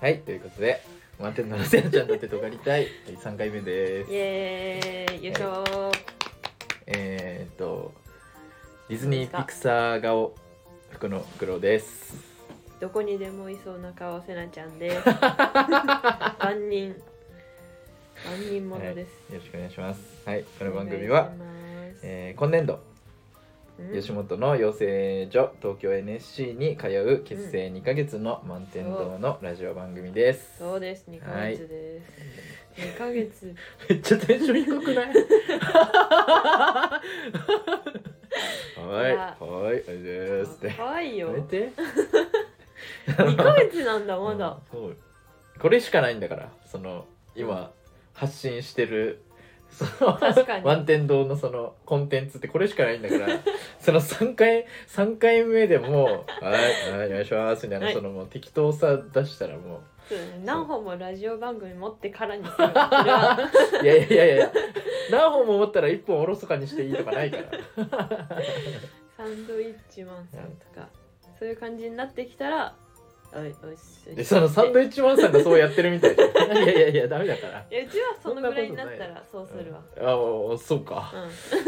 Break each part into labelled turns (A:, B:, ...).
A: はいということで満点ならせなちゃんだってとかりたいはい3回目です
B: イエーイ優勝、
A: えーっとディズニーピクサー顔福の黒です
B: どこにでもいそうな顔せなちゃ んです万人万人ものです、
A: よろしくお願いしますはいこの番組は、えー今年度吉
B: 本
A: 本の養成所東京 NSC に通う結成2ヶ月の満天堂のラジオ番組です、
B: そ うです2ヶ月です、二ヶ月
A: めっちゃテンション低く ないはい
B: いや
A: はいあれですって
B: 可愛い
A: や
B: よ
A: め て
B: 2ヶ月なんだまだ、
A: うんそうこれしかないんだからその今発信してるその
B: 確かに
A: 満天堂のそのコンテンツってこれしかないんだから その3回三回目でもう「はいはいお願いします」みたいな、
B: はい
A: そのもう適当さ出したらも
B: そうだね何本もラジオ番組持ってからにするそれは
A: う「いやいやいやいや何本も持ったら1本おろそかにしていいとかない から
B: サンドイッチマンさんとかそういう感じになってきたらおいおいし
A: でそのサンドイッチマンさんがそうやってるみた いじゃんいやいやいやダメだから
B: いやうちはそのぐらいになったらそうするわ
A: あもうそうか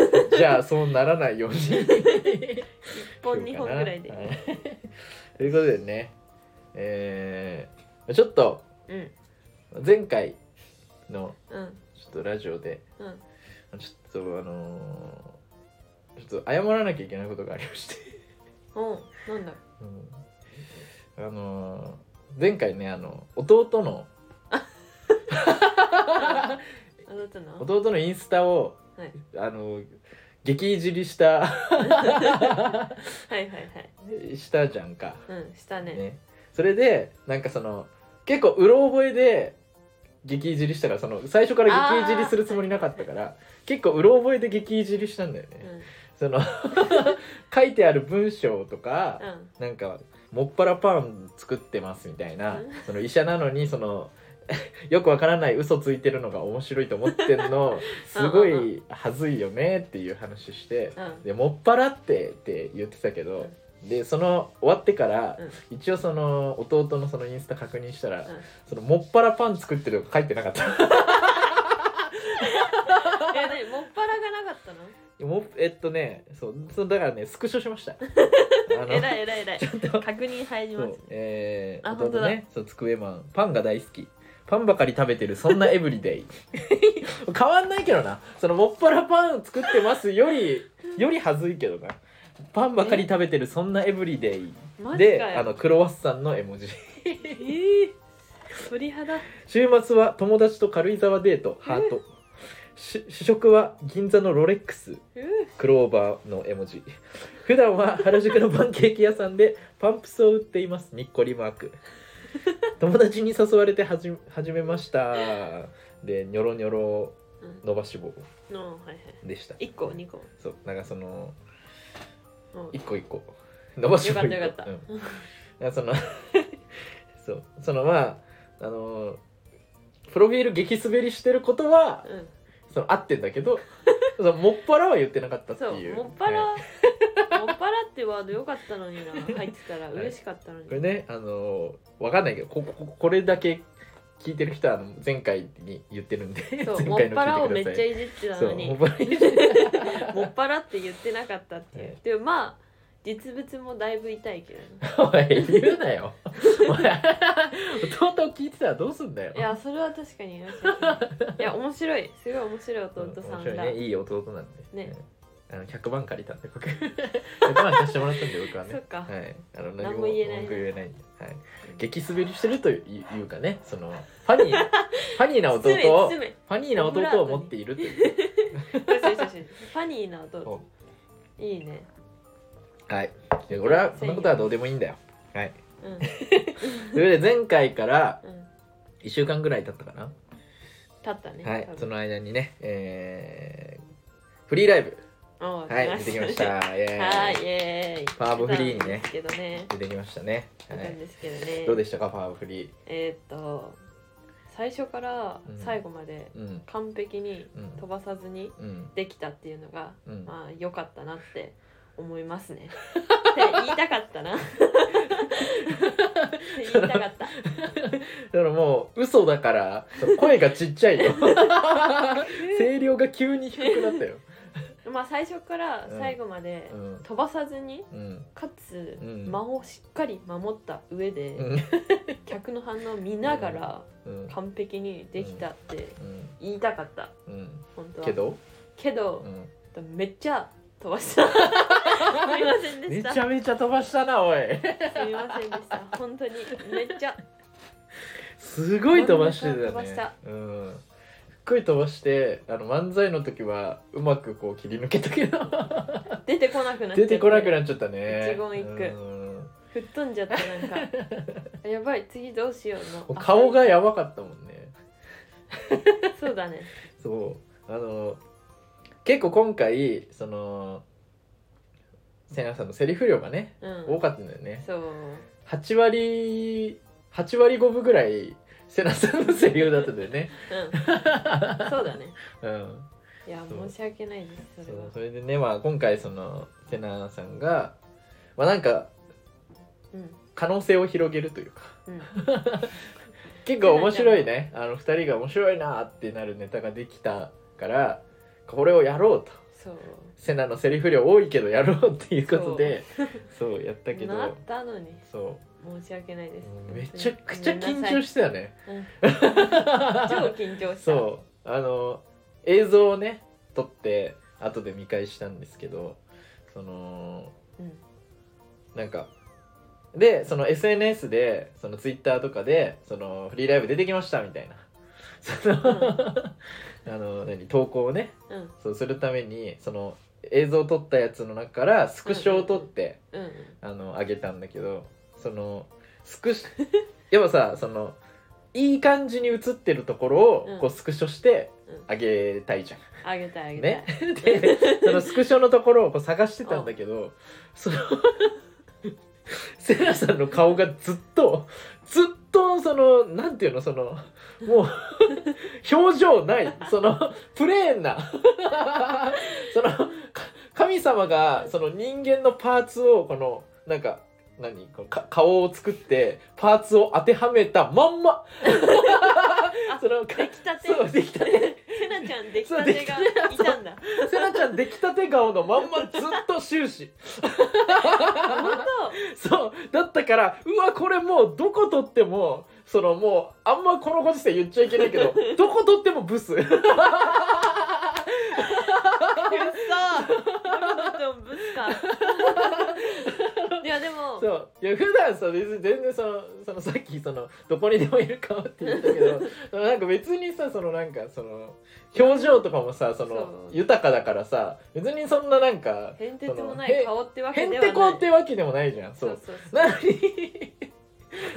B: うん
A: じゃあそうならないように
B: 1本2本ぐらいで、
A: はいということでねえー、ちょっと
B: うん
A: 前回の
B: うん
A: ちょっとラジオで
B: うん
A: ちょっとあのーちょっと謝らなきゃいけないことがありまして、
B: おうなんだ
A: うんあのー前回ねあの弟の
B: あなたの
A: 弟のインスタを、
B: はい
A: あの激いじりした
B: はいはいはい
A: したじゃんか、
B: うんしたね
A: ね、それでなんかその結構うろ覚えで激いじりしたからその最初から激いじりするつもりなかったから結構うろ覚えで激いじりしたんだよね、
B: うん
A: その 書いてある文章とか、
B: うん
A: なんかもっぱらパン作ってますみたいな、
B: うん
A: その医者なのにその よくわからない嘘ついてるのが面白いと思って んのすご
B: うんうん
A: い恥ずいよねっていう話して
B: うん
A: でもっぱらってって言ってたけど、でその終わってから、一応その弟のそのインスタ確認したら、
B: うん
A: そのもっぱらパン作ってるとか書いてなかった
B: いや何もっぱらがなかったの
A: もうえっとねそうそうだからねスクショしました あの
B: えらいえらいえらい
A: ちゃんと
B: 確認入り
A: そ
B: ま
A: う
B: す、ね
A: えー、
B: あ
A: 弟
B: 本当だ
A: ね、そう、つくえまん、パンが大好き。パンばかり食べてる、そんなエブリデイ。 変わんないけどな、そのもっぱらパン作ってますより、より恥ずいけどな。パンばかり食べてる、そんなエブリデイ。
B: マジ
A: で、
B: かよ
A: あのクロワッサンの絵文字。
B: えー、鳥肌
A: 週末は友達と軽井沢デート、ハート。し主食は銀座のロレックス。
B: う
A: クローバーの絵文字普段は原宿のパンケーキ屋さんでパンプスを売っていますにっこりマーク友達に誘われて始め始めましたでニョロニョロ
B: うん
A: 伸ばし棒
B: のはいはい
A: でした
B: 一個二個
A: そうなんかその
B: うん
A: 一個一個伸ばし
B: よ
A: 棒
B: か
A: 一
B: っ
A: 個
B: たよかった、
A: うんだからその そうそのまああのプロフィール激滑りしてることは
B: うん、
A: その合ってんだけど そのもっぱらは言ってなかったって
B: そう
A: いう
B: もっぱら、
A: はい
B: もっぱらってワードよかったのにな入ってたら嬉しかったのに、
A: これねあのーわかんないけどこここれだけ聞いてる人はあの前回に言ってるんで
B: そう
A: 前
B: もっ
A: 回
B: ぱらをめっちゃ
A: い
B: いじってた
A: そ
B: の
A: う
B: に
A: もっ
B: も
A: ぱらいじって
B: っぱらって言ってなかったっていう、
A: はい
B: でもまあ実物もだいぶ痛いけどね
A: おい言うなよお 前弟聞いてたらどうすんだよ
B: いやそれは確かに面白いいや面白いすごい面白い弟さん
A: 面白い
B: だ、
A: ねいい弟なんで
B: ね
A: うんあの100万借りたんで僕 100万貸してもらったんで僕はね
B: そっか
A: はい、あの
B: 何も言えない
A: 文句言えないんではい、激滑りしてるといういうかねそのファニ ーファニーな弟
B: 失礼
A: を
B: 失礼
A: ファニーな弟を持っているという
B: よしよしよしファニーな弟
A: そ
B: いいね
A: はい。で俺はそんなことはどうでもいいんだよ。はい。
B: うんうん
A: それで前回から1週間ぐらい経ったかな。
B: 立ったね
A: はい
B: 多。分
A: その間にね、えー、フリーライブ、
B: おう
A: はい、
B: 来
A: 出てきました。イエーイ
B: はいイエーイ
A: パワーオブフリーにね
B: 出たんですけどね
A: 出てきましたね。は
B: 出たん
A: い。
B: ですけどね
A: どうでしたか、パワーフリ
B: えーっと最初から最後まで
A: ー。うん。
B: 完璧に
A: うん。
B: 飛ばさずに
A: うん。
B: できたっていうのが
A: うん。
B: まあ良かったなって思います ね。って言いたかったな。って言いたかった。
A: だからもう嘘だから声がちっちゃい よ声量が急に低くなったよ、
B: まあ最初から最後まで
A: うん
B: 飛ばさずに
A: うん
B: かつ
A: うん
B: 間をしっかり守った上で、
A: うん
B: 客の反応を見ながら
A: うん
B: 完璧にできたって
A: うん
B: 言いたかった
A: うん
B: 本当は
A: けど、
B: け
A: う
B: ど、
A: ん、
B: めっちゃ飛 ばしたすいませんで
A: め
B: した
A: ちゃめちゃ飛ばしたなおい
B: すいませんでした本当にめっちゃ
A: すごい飛ばしてたね
B: 飛ばした
A: うんすっごい飛ばしてあの漫才の時はうまくこう切り抜けた けど
B: 出てこなくなっちゃ
A: 出
B: って
A: こなくなっちゃったね
B: 一言一句
A: うん
B: 吹っ飛んじゃったなんか あやばい次どうしようの
A: 顔がやばかったもんね
B: あそうだね
A: そうあの結構今回その瀬名さんのセリフ量がね
B: うん
A: 多かったんだよね
B: そう
A: 8割8割5分ぐらい瀬名さんのセリフだったんだよね
B: うんそうだね
A: うん
B: いや
A: そう
B: 申し訳ないですそ
A: そ
B: れは
A: うそれでねまあ今回その瀬名さんがまあなんか
B: うん
A: 可能性を広げるというか
B: うん
A: 結構面白いねあの2人が面白いなってなるネタができたからこれをやろうと
B: そう
A: セナのセリフ量多いけどやろうっていうことでそうやったけ
B: なっ
A: ど
B: たのに
A: そ
B: 申し訳ないです
A: うめちゃくちゃ緊張
B: し
A: してたね
B: うん超緊張し た
A: そうあの映像をね撮って後で見返したんですけどその
B: うん
A: なんかでその SNS でその Twitter とかでそのフリーライブ出てきましたみたいなその あの何投稿をね
B: うん
A: そうするためにその映像を撮ったやつの中からスクショを撮って、
B: うん
A: あの上げたんだけどそのスクシ やっぱさそのいい感じに映ってるところ
B: う
A: を
B: ん
A: こうスクショして
B: うん
A: あげたいじゃん。
B: あげたいあげたい
A: ね、でそのスクショのところをこう探してたんだけどその セラさんの顔がずっとずっとそのなんていうのそのもう表情ないそのプレーンな そのか神様がその人間のパーツをこのなんか何こうか顔を作ってパーツを当てはめたまん まそのか
B: 出来たて
A: そうできたね
B: せなちゃん出来
A: そう
B: た
A: 出
B: て
A: 来た
B: が
A: て
B: いたんだ
A: セナちゃん出来たて顔のまんまずっと終始
B: 本
A: そうだったからうわこれもうどこ撮ってもそのもうあんまこのご時世言っちゃいけないけど どこ撮ってもブス
B: 当やったどんどん ぶつかいやでも
A: そういや普段さ別に全然そのそのさっきそのどこにでもいる顔って言ったけどそのなんか別にさそのなんかその表情とかもさそ
B: そう
A: の豊かだからさ別にそんななんか
B: 変哲
A: そ
B: もな
A: のへ
B: い顔ってわけ
A: へん
B: では
A: てこ
B: ない
A: ってわけでもないじゃんそう
B: そうそう
A: なのに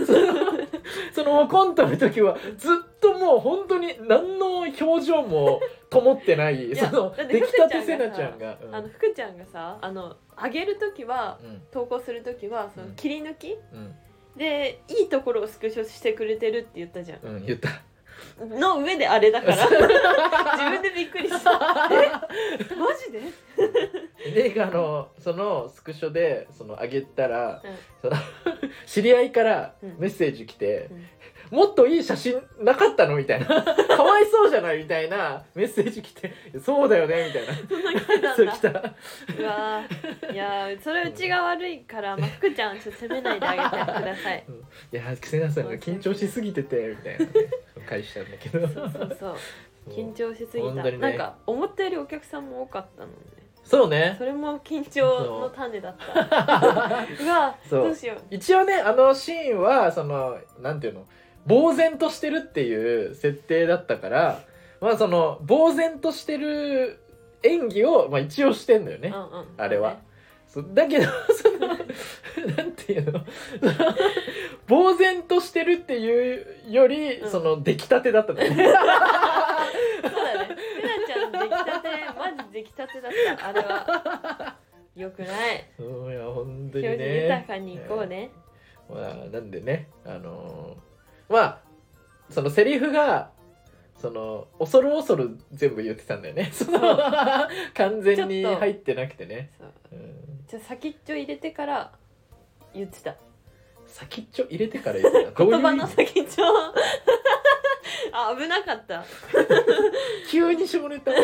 A: その そのコントの時はずっともう本当に何の表情もともってない
B: い
A: そ
B: や
A: の
B: だって
A: 出来たて
B: ふくち
A: せ
B: ゃんが
A: なちゃんが。うん
B: あの福ちゃんがさあの上げる時は
A: うん
B: 投稿する時はその
A: うん
B: 切り抜き、
A: うん
B: でいいところをスクショしてくれてるって言ったじゃ
A: うん、言った
B: んの上であれだから 自分でびっくりしたえマジで
A: であのそのスクショでその上げたら、その知り合いから
B: うん
A: メッセージ来て
B: う
A: 「
B: ん
A: もっといい写真なかったの?」みた いな「かわいそうじゃない?」みたいなメッセージ来て「そうだよね」みたいな
B: そんな来てた
A: そ
B: ん
A: う
B: だ
A: 来た
B: うわーいやーそれうちが悪いから、まあ、福ちゃんちょっと責めないであげてください
A: いやー瀬名さんが緊張しすぎててみた いなね返したんだけど
B: そうそうそう緊張しすぎ
A: 本
B: た、
A: 当にね
B: なんか思ったよりお客さんも多かったのね
A: そうね
B: それも緊張の種だったうわ
A: そう
B: どうしよう
A: 一応ねあのシーンはそのなんていうの呆然としてるっていう設定だったからまあその呆然としてる演技を、まあ、一応してんだよね、
B: うんうん
A: あれはそだけど そのなんていうのその呆然としてるっていうより、
B: うん
A: その出来たてだったんだよ ね
B: そうだねせなちゃん出来たてマジ出来たてだったあれは よくない
A: そういや本当にね
B: 表情豊かにいこうね、
A: まあ、なんでね、あのーまあ、そのセリフが、その、恐る恐る全部言ってたんだよね。 その完全に
B: ちょっと
A: 入ってなくてね。
B: そう
A: うん
B: じゃあ先っちょ入れてから言ってた
A: 先っちょ入れてから 言うなどういう
B: 言
A: 意
B: 葉の
A: 味
B: 先っちょ あ危なかった
A: 急に下ネタ ど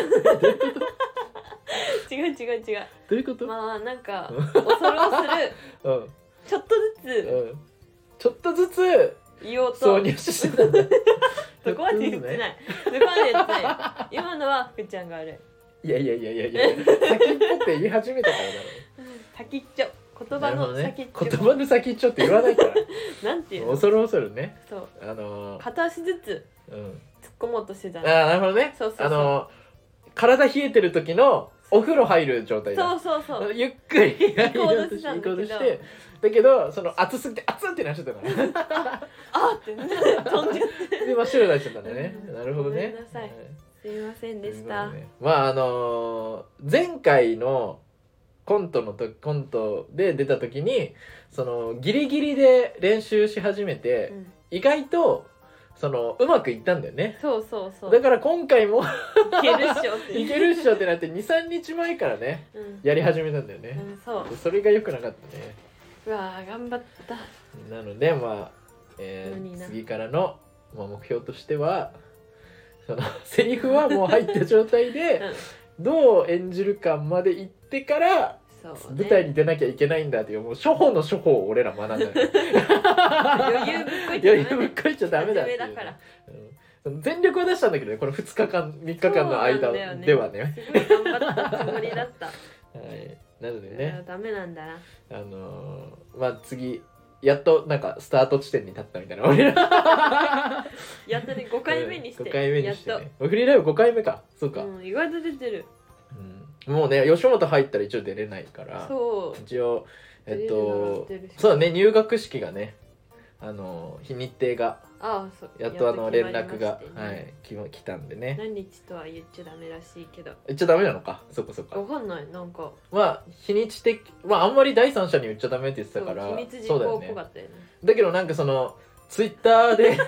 B: 違う違う違う
A: ういうこと、
B: まあなんか恐る恐る
A: うん
B: ちょっとず
A: うんちょっとずつ
B: つ言おう
A: 挿
B: と
A: 入してたんだ
B: そこまで言ってないそこまで言ってない今のは福ちゃんが悪い
A: いやいやいやいやいや先っぽって言い始めたからだろ
B: 先っちょ言
A: な
B: 葉
A: るほど
B: の
A: ね
B: 先っち
A: 言
B: ょ、
A: 葉の先っちょって言わない から
B: なんていうの
A: 恐る恐るね
B: そう
A: あのー
B: 片足ずつ
A: うん、
B: 突っ込もうとしてた
A: あー
B: の
A: なるほどね
B: そうそうそう
A: あのー体冷えてる時のお風呂入る状態だ
B: そうそうそう
A: ゆっくり
B: 行こうとしたんだけ
A: 行こう
B: ど
A: としてだけどその熱すぎて熱ってなっちゃったから
B: あーって飛んじゃって
A: で真っ白になっちゃったんだね
B: うん
A: なるほどね
B: ごめんなさい
A: はい
B: すいませんでした、
A: ということでまああのー前回のコントのとコントで出た時にそのギリギリで練習し始めて、
B: うん
A: 意外とそのうまくいったんだよね
B: そうそうそう
A: だから今回も
B: いけるっしょって
A: いけるっしょってなって23日前からね
B: うん、
A: やり始めたんだよ
B: う
A: ね、
B: ん、そう
A: それが良くなかったね
B: うわー頑張った
A: なのでまあ、えー
B: 無理な
A: 次からの、まあ、目標としてはその セリフはもう入った状態で、どう演じるかまで行ってから
B: そう、ね、
A: 舞台に出なきゃいけないんだっていうもう初歩の初歩を俺ら学んだよ
B: 余裕ぶっこい
A: いや
B: て
A: いやぶっこいちゃダメだっていうね、
B: 真面目だから
A: うんその全力は出したんだけどねこの2日間3日間の間
B: そうなんだ
A: で
B: よ
A: はね
B: すごい頑張ったつもりだった、
A: はい、なので
B: いや
A: ね
B: ダメなんだな
A: あのーまあ次やっとなんかスタート地点に立ったみたいな俺ら
B: やっとね5回目にして
A: 5回目にして、
B: やっ
A: ね、フリーライブ5回目かそう
B: と、
A: か、
B: うん、意外と出てる
A: うんもうね吉本入ったら一応出れないから
B: そう
A: 一応えっと
B: 出れるなら出るし
A: そうだね入学式がねあの日に程が
B: ああそう
A: やっとあの
B: や
A: 連
B: っと
A: 絡
B: 決ま
A: が
B: り、まし
A: は
B: てね
A: い、きま来たんでね
B: 何日とは言っちゃダメらしいけど
A: 言っちゃダメなのかそこそ
B: わ
A: こ
B: かんないなんか
A: まあ日にち的まああんまり第三者に言っちゃダメって言って
B: そ
A: た
B: う
A: から
B: 秘密事
A: そうだ
B: 項
A: よ
B: っぽ
A: ね
B: かったよね
A: だけどなんかそのツイッター で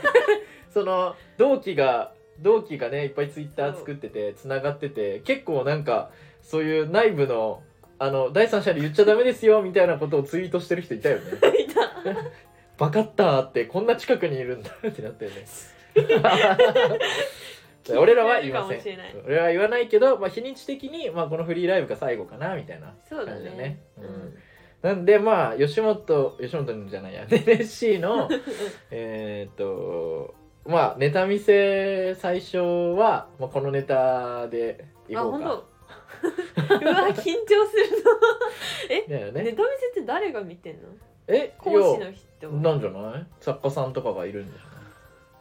A: その同期が同期がねいっぱいツイッター作っててつながってて結構なんかそういう内部のあの第三者に言っちゃダメですよみたいなことをツイートしてる人いたよね
B: いた
A: バカったーってこんな近くにいるんだってなったよね 俺らは言いませ
B: 聞いてるかもしれ
A: ん
B: ない
A: 俺らは言わないけど、まあ、日にち的に、まあ、このフリーライブが最後かなみたいな
B: そうだ
A: 感じ
B: ね
A: だね
B: う
A: うん
B: ん、
A: なんでまあ吉本吉本じゃないや NSC のえーっとまあネタ見せ最初は、まあ、このネタでい
B: あ
A: こう
B: 本当
A: か
B: うわ緊張する
A: だよ
B: のネ
A: ね
B: タ見せって誰が見てんの
A: え
B: 講師
A: よ
B: の人
A: うなんじゃない作家さんとかがいるんじ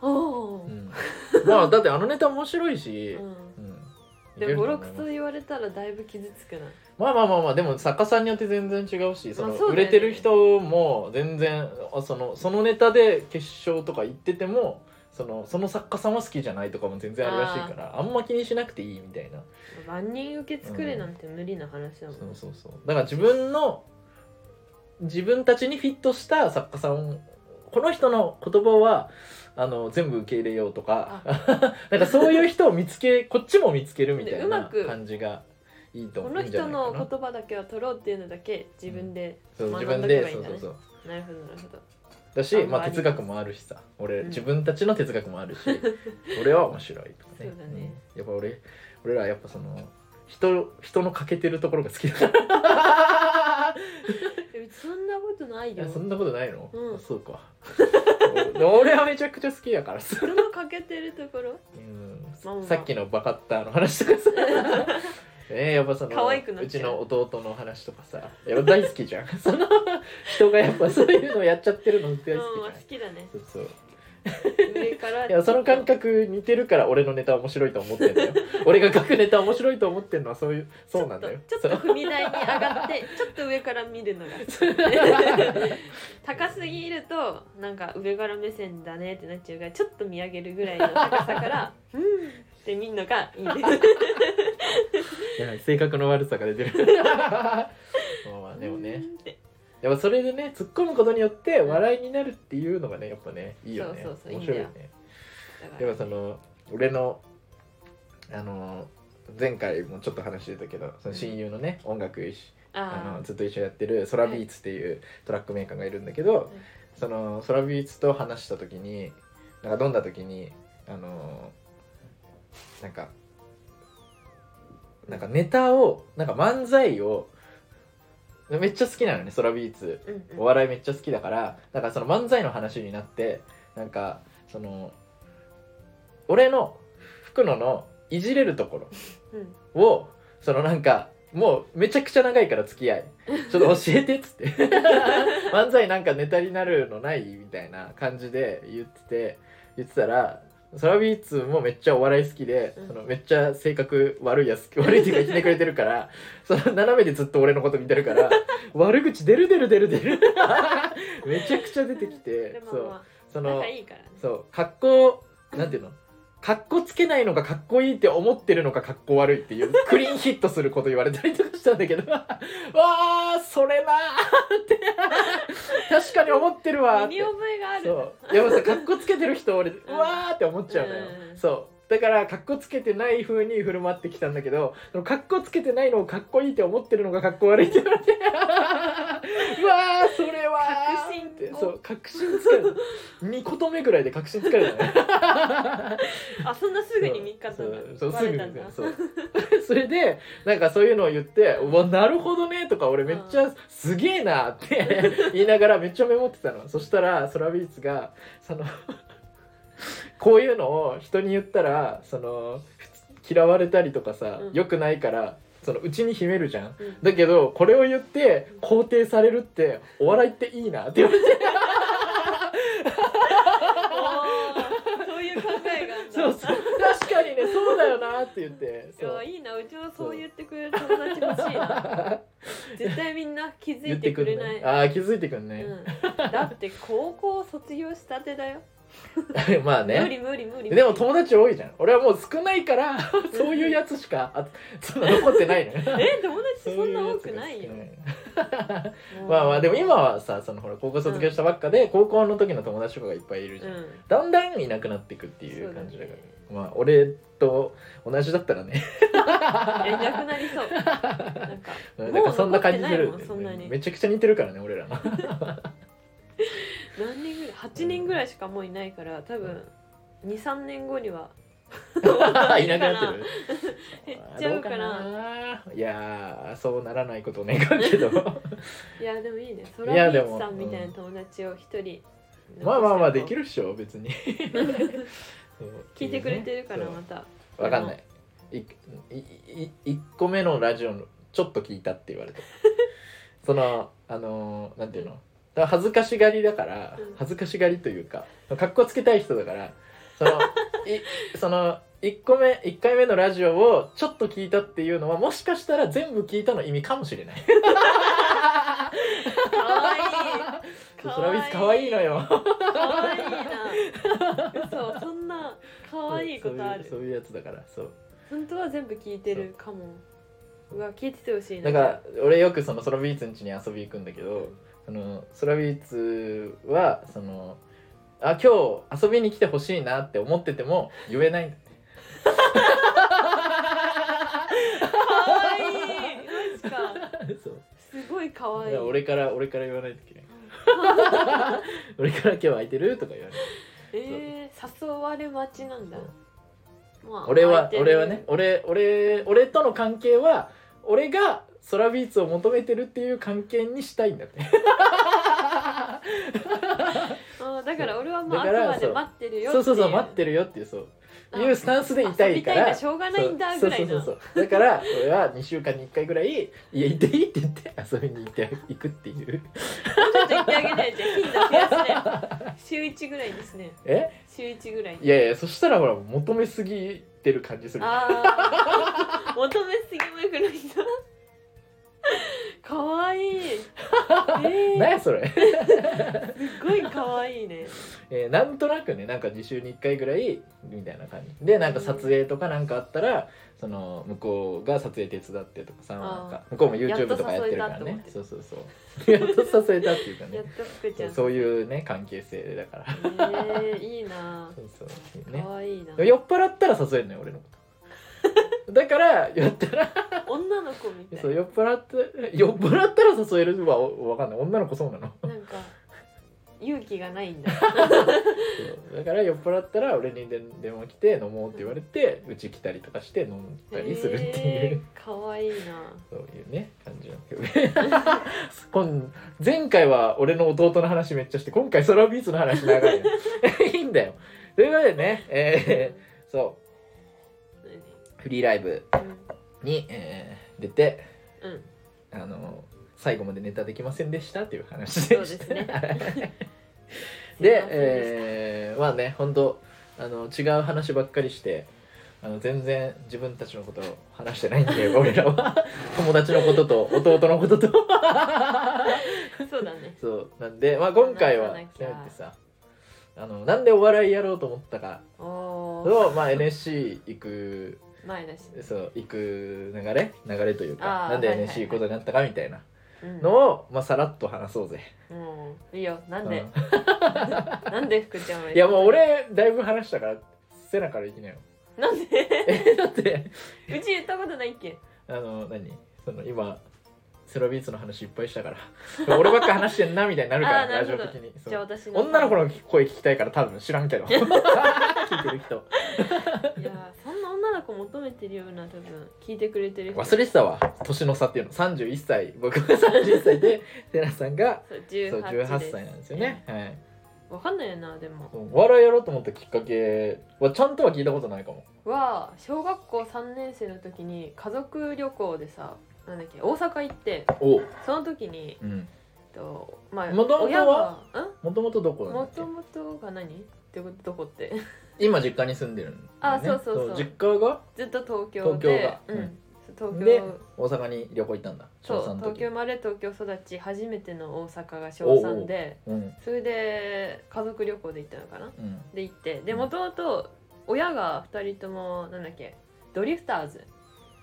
B: あ
A: ゃない、
B: あ
A: うん、 まあだってあのネタ面白いし、
B: うん
A: うんいけ
B: で
A: ると
B: も
A: 思い
B: 56
A: ます
B: と言われたらだいぶ傷つくな
A: まあまあまあまあでも作家さんによって全然違うしその、
B: まあそう
A: 売
B: だよね
A: れてる人も全然あそのそのネタで決勝とか行っててもそのその作家さんは好きじゃないとかも全然あるらしいからあんま気にしなくていいみたいな
B: 万人受け作れなんて無理な話だもん、
A: そうそうそうだから自分の自分たちにフィットした作家さんこの人の言葉はあの全部受け入れようとか なんかそういう人を見つけこっちも見つけるみたい
B: でうま
A: な
B: く
A: 感じがいいと
B: こ
A: 思う
B: の
A: いいんじゃ
B: 人
A: ないか
B: の
A: な
B: 言葉だけを取ろうっていうのだけ自分で、
A: そう
B: 学
A: 自
B: ん
A: 分
B: どけ
A: で
B: ばいい
A: そ
B: ん
A: う
B: だね
A: そうそう
B: なるほどなるほど
A: だし
B: あん、ま
A: まあ、
B: り
A: 哲学もあるしさ俺、
B: うん
A: 自分たちの哲学も あるし俺は面白いとかね
B: そうだね
A: うんやっぱ俺俺らはやっぱその人人の欠けてるところが好きだから
B: えそんなことない
A: い
B: よ
A: やそんなことないの、
B: うん
A: あそうか お俺はめちゃくちゃ好きだからさ、
B: 人の欠けてるところ
A: うん
B: まあまあ
A: さっきのバカッターの話 とかさねえやっぱその
B: 可愛くなっ
A: う
B: ちゃ
A: ち
B: う
A: の弟の話とかさいや大好きじゃん その人がやっぱそういうのやっちゃってるの大好きじ
B: う
A: ゃ
B: ん
A: ん、
B: 好きだね
A: そうそう
B: 上から
A: いやその感覚似てるから俺のネタ面白いと思って んだよ俺が書くネタ面白いと思ってんのはそういうそうなんだよ
B: ちょっとちょっと踏み台に上がってちょっと上から見るのが好き 高すぎるとなんか上から目線だねってなっちゃうからちょっと見上げるぐらいの高さ から「うん」って見るのがいいです
A: そういや性格の悪さが出てる まあまあでもね
B: うんって
A: やっぱそれでね突っ込むことによって笑いになるっていうのがねやっぱねいいよね
B: そうそうそう
A: 面白いよ
B: いいん
A: ね
B: だから
A: でもその俺のあの前回もちょっと話出たけどその親友のね音楽一緒あ
B: あ
A: のずっと一緒にやってるソラビーツっていうトラックメーカーがいるんだけど、そのソラビーツと話した時になんか飲んだ時にあのーなんかなんかネタをなんか漫才をめっちゃ好きなのねソラビーツ
B: うんうん
A: お笑いめっちゃ好きだからなんかその漫才の話になってなんかその俺の福野のいじれるところ
B: うん
A: をそのなんかもうめちゃくちゃ長いから付き合いちょっと教えてっつって 漫才なんかネタになるのないみたいな感じで言ってて言ってたらソラビーツもめっちゃお笑い好きで、
B: うん
A: そのめっちゃ性格悪いやつ 悪いっていうかひねくれてるからその斜めでずっと俺のこと見てる から悪口出る出る出る出るめちゃくちゃ出てき て
B: でも
A: そう
B: ま
A: そ
B: あ
A: の
B: 仲いいからね
A: そう格好なんていうの格好つけないのが格好いいって思ってるのか格好悪いっていうクリーンヒットすること言われたりとかしたんだけど わあそれなーって 確かに思ってるわーっ
B: 身
A: て
B: に覚えがある
A: そういやもうさ格好つけてる人俺うわーって思っちゃうのよ、
B: うん
A: そうだから格好つけてない風に振る舞ってきたんだけどその格好つけてないのを格好いいって思ってるのが格好悪いって言われ てうわーそれはー
B: 確信を
A: ってそう確信つける2言目ぐらいで確信つけるのね
B: あそんなすぐに見方が
A: そうそう
B: バ
A: す
B: レ
A: ぐ
B: たんだ
A: そう それでなんかそういうのを言って「うわなるほどね」とか俺めっちゃすげえなって 言いながらめっちゃメモってたのそしたらソラビーツがその こういうのを人に言ったらその嫌われたりとかさ
B: うん
A: 良くないからそのうちに秘めるじゃん
B: うん
A: だけどこれを言って肯定されるってお笑いっていいなって言われて
B: おーそういう考えがあるんだ
A: そうそう 確かにねそうだよなって言って
B: い
A: そ
B: や
A: う
B: いいなうちもそう言ってくれる友達欲しいな絶対みんな気づいてくれない、
A: ああー気づいてくんね、
B: うん、だって高校卒業したてだよ、
A: まあ
B: 無
A: ね
B: 理無理無理
A: でも友達多いじゃん俺はもう少ないからそういうやつしかあそんな残ってないのよ
B: え友 達そんな多くないよ
A: そううやつが少ないまあまあでも今はさそのほら高校卒業したばっかで、高校の時の友達とかがいっぱいいるじ
B: う
A: ゃん、
B: ん
A: だんだんいなくなっていくってい
B: そううだ
A: 感じだ
B: ね
A: からまあ俺と同じだったらね
B: えなくなりそうなんか
A: だか
B: も
A: ら
B: う
A: そん な
B: 残
A: 感
B: って
A: じす
B: ない
A: る
B: もんそんなに
A: めちゃくちゃ似てるからね 俺らの
B: 何人ぐらい8人ぐらいしかもういないから多分23年後にはい
A: なくなってる
B: 減っちゃうから
A: どなーいやーそうならないことを願うけど
B: いやでもいいねソ
A: いや
B: ラビ
A: で
B: ー
A: も
B: チさんみたいな友達を一人
A: まあまあまあでき
B: る
A: るっしょ別に
B: 聞いてくれてるから
A: そう
B: ま た
A: わかんないいいい1個目のラジオのちょっと聞いたって言 われてそのあのーなんていうのだから恥ずかしがりだから
B: うん
A: 恥ずかしがりというかかっこつけたい人だからそ のいその1個目一回目のラジオをちょっと聞いたっていうのはもしかしたら全部聞いたの意味かもしれない
B: かわいい
A: そうトラビス可愛いのよ
B: 可愛いな。そう、そんな可愛いことあ
A: そうい
B: る。
A: うそういうやつだからそう
B: 本当は全部聞いてるかも。うわ、聞いててほしいな。
A: だから俺よくそのソラビーツん家に遊び行くんだけどそのソラビーツはそのあ今日遊びに来てほしいなって思ってても言えないんだって
B: 可愛い。マジか。
A: そう
B: すごい可
A: だか
B: 愛い。
A: ら俺から俺から言わないとい けない俺から今日空いてるとか言わない
B: えー、誘われ待ちなんだ。まあ
A: 俺は
B: 相手に
A: 俺はね俺俺俺との関係は俺がソラビーツを求めてるっていう関係にしたいんだって
B: あだから俺はまああ
A: だ
B: く
A: から
B: まで待ってるよ
A: そうそうそう待っててるよっていうそう
B: あ
A: いうスタンスでいた
B: 遊
A: い
B: び
A: か
B: たい
A: ら
B: がしょうがないんだ
A: そ
B: ぐ
A: う
B: ら
A: そ
B: いう
A: そう
B: な
A: そうだから俺は2週間に1回ぐらい「いや行っていい」って言って遊びに行って行くっていう
B: ちょっと言ってあげないと頻度増やすね週一ぐらいですね
A: え
B: 週一ぐらいに
A: いやいやそしたらほら求めすぎてる感じする
B: あー求めすぎもくないな可愛いえ
A: 何やそれ、
B: ー、すごい可愛いね
A: えーなんとなくねなんか2週に1回ぐらいみたいな感じでなんか撮影とかなんかあったらその向こうが撮影手伝ってとかさなんか向こうも YouTube とかやってるから
B: やっ
A: ね
B: と
A: そ
B: 誘
A: うそうそう やっと誘えたっていうか
B: や
A: ね
B: っと福ち
A: そ
B: ゃ
A: うんそういうね関係性だから
B: えー、いいな
A: そうそうね
B: 可愛いな
A: でも酔っ払ったら誘えるのよ俺のことだからやった ら
B: 女の子みたい
A: そう酔っ払って酔っ払ったら誘えるはおわかんない女の子そうなの
B: なんか勇気がないん だ
A: そうだから酔っ払ったら俺にで電話来て飲もうって言われてうち来たりとかして飲んだりするっていう、
B: へーかわいいな
A: そういうね感じなん ですけどね今前回は俺の弟の話めっちゃして今回ソロビーツの話長いよ いいんだよということでね、えーそ
B: うん
A: うフリーライブに、えー出て
B: うん
A: あの最後までネタできませんでしたっていう話
B: そう
A: で
B: で
A: し
B: す
A: た
B: ね
A: で、えーまあね本当あの違う話ばっかりしてあの全然自分たちのことを話してないん で俺らは友達のことと弟のことと
B: そうだね
A: そうなんで、まあ、今回は
B: 話さなき
A: せ
B: ゃ
A: めてさあのなんでお笑いやろうと思ったか
B: おお
A: を、まあ、NSC 行く
B: 前だし、
A: そう行く流れ流れというか
B: あー
A: なんで
B: はいはいはい
A: NSC 行くことになったかみたいな
B: うん、
A: のを、まあ、さらっと話そうぜ。
B: もうんいいよなん
A: う
B: で
A: ん、
B: なんで福ちゃんはい
A: やもう俺だいぶ話したからセナから行きなよ
B: なんで
A: えだって
B: うち言ったことないっけ
A: あの何その今セロビーツの話いっぱいしたから俺ばっか話してんなみたいにな るか
B: あ
A: ら
B: ーな
A: ラジ
B: るほ
A: オ
B: ど
A: 的にそう
B: じゃあ私の
A: 女の子の声聞きたいから多分知らん けど聞いてる人
B: いやそんな女の子求めてるような多分聞いてくれてる人
A: 忘れてたわ年の差っていうの31歳僕が31歳でセナさんが
B: そう
A: そう
B: 18
A: 18歳なんですよね、はい
B: わかんないよなでも
A: そうお笑いやろうと思ったきっかけはちゃんとは聞いたことないかも
B: は小学校3年生の時に家族旅行でさなんだっけ大阪行って
A: お
B: その時に、
A: うん
B: えっとまあ、
A: 元々は
B: 親はん
A: もともとどこなんだ
B: も
A: っけ
B: ともとが何ってことどこって
A: 今実家に住んでるんだよね
B: あそうそうそう
A: 実家が
B: ずっと東京
A: 東京
B: で
A: が
B: うん東
A: で
B: 京
A: 大阪に旅行行ったんだ
B: そ
A: 小
B: う
A: 三の
B: 東
A: 時
B: 京生まれ東京育ち初めての大阪が小3で
A: うん
B: それで家族旅行で行ったのかな
A: うん
B: で行ってでもともと親が2人ともなんだっけドリフターズ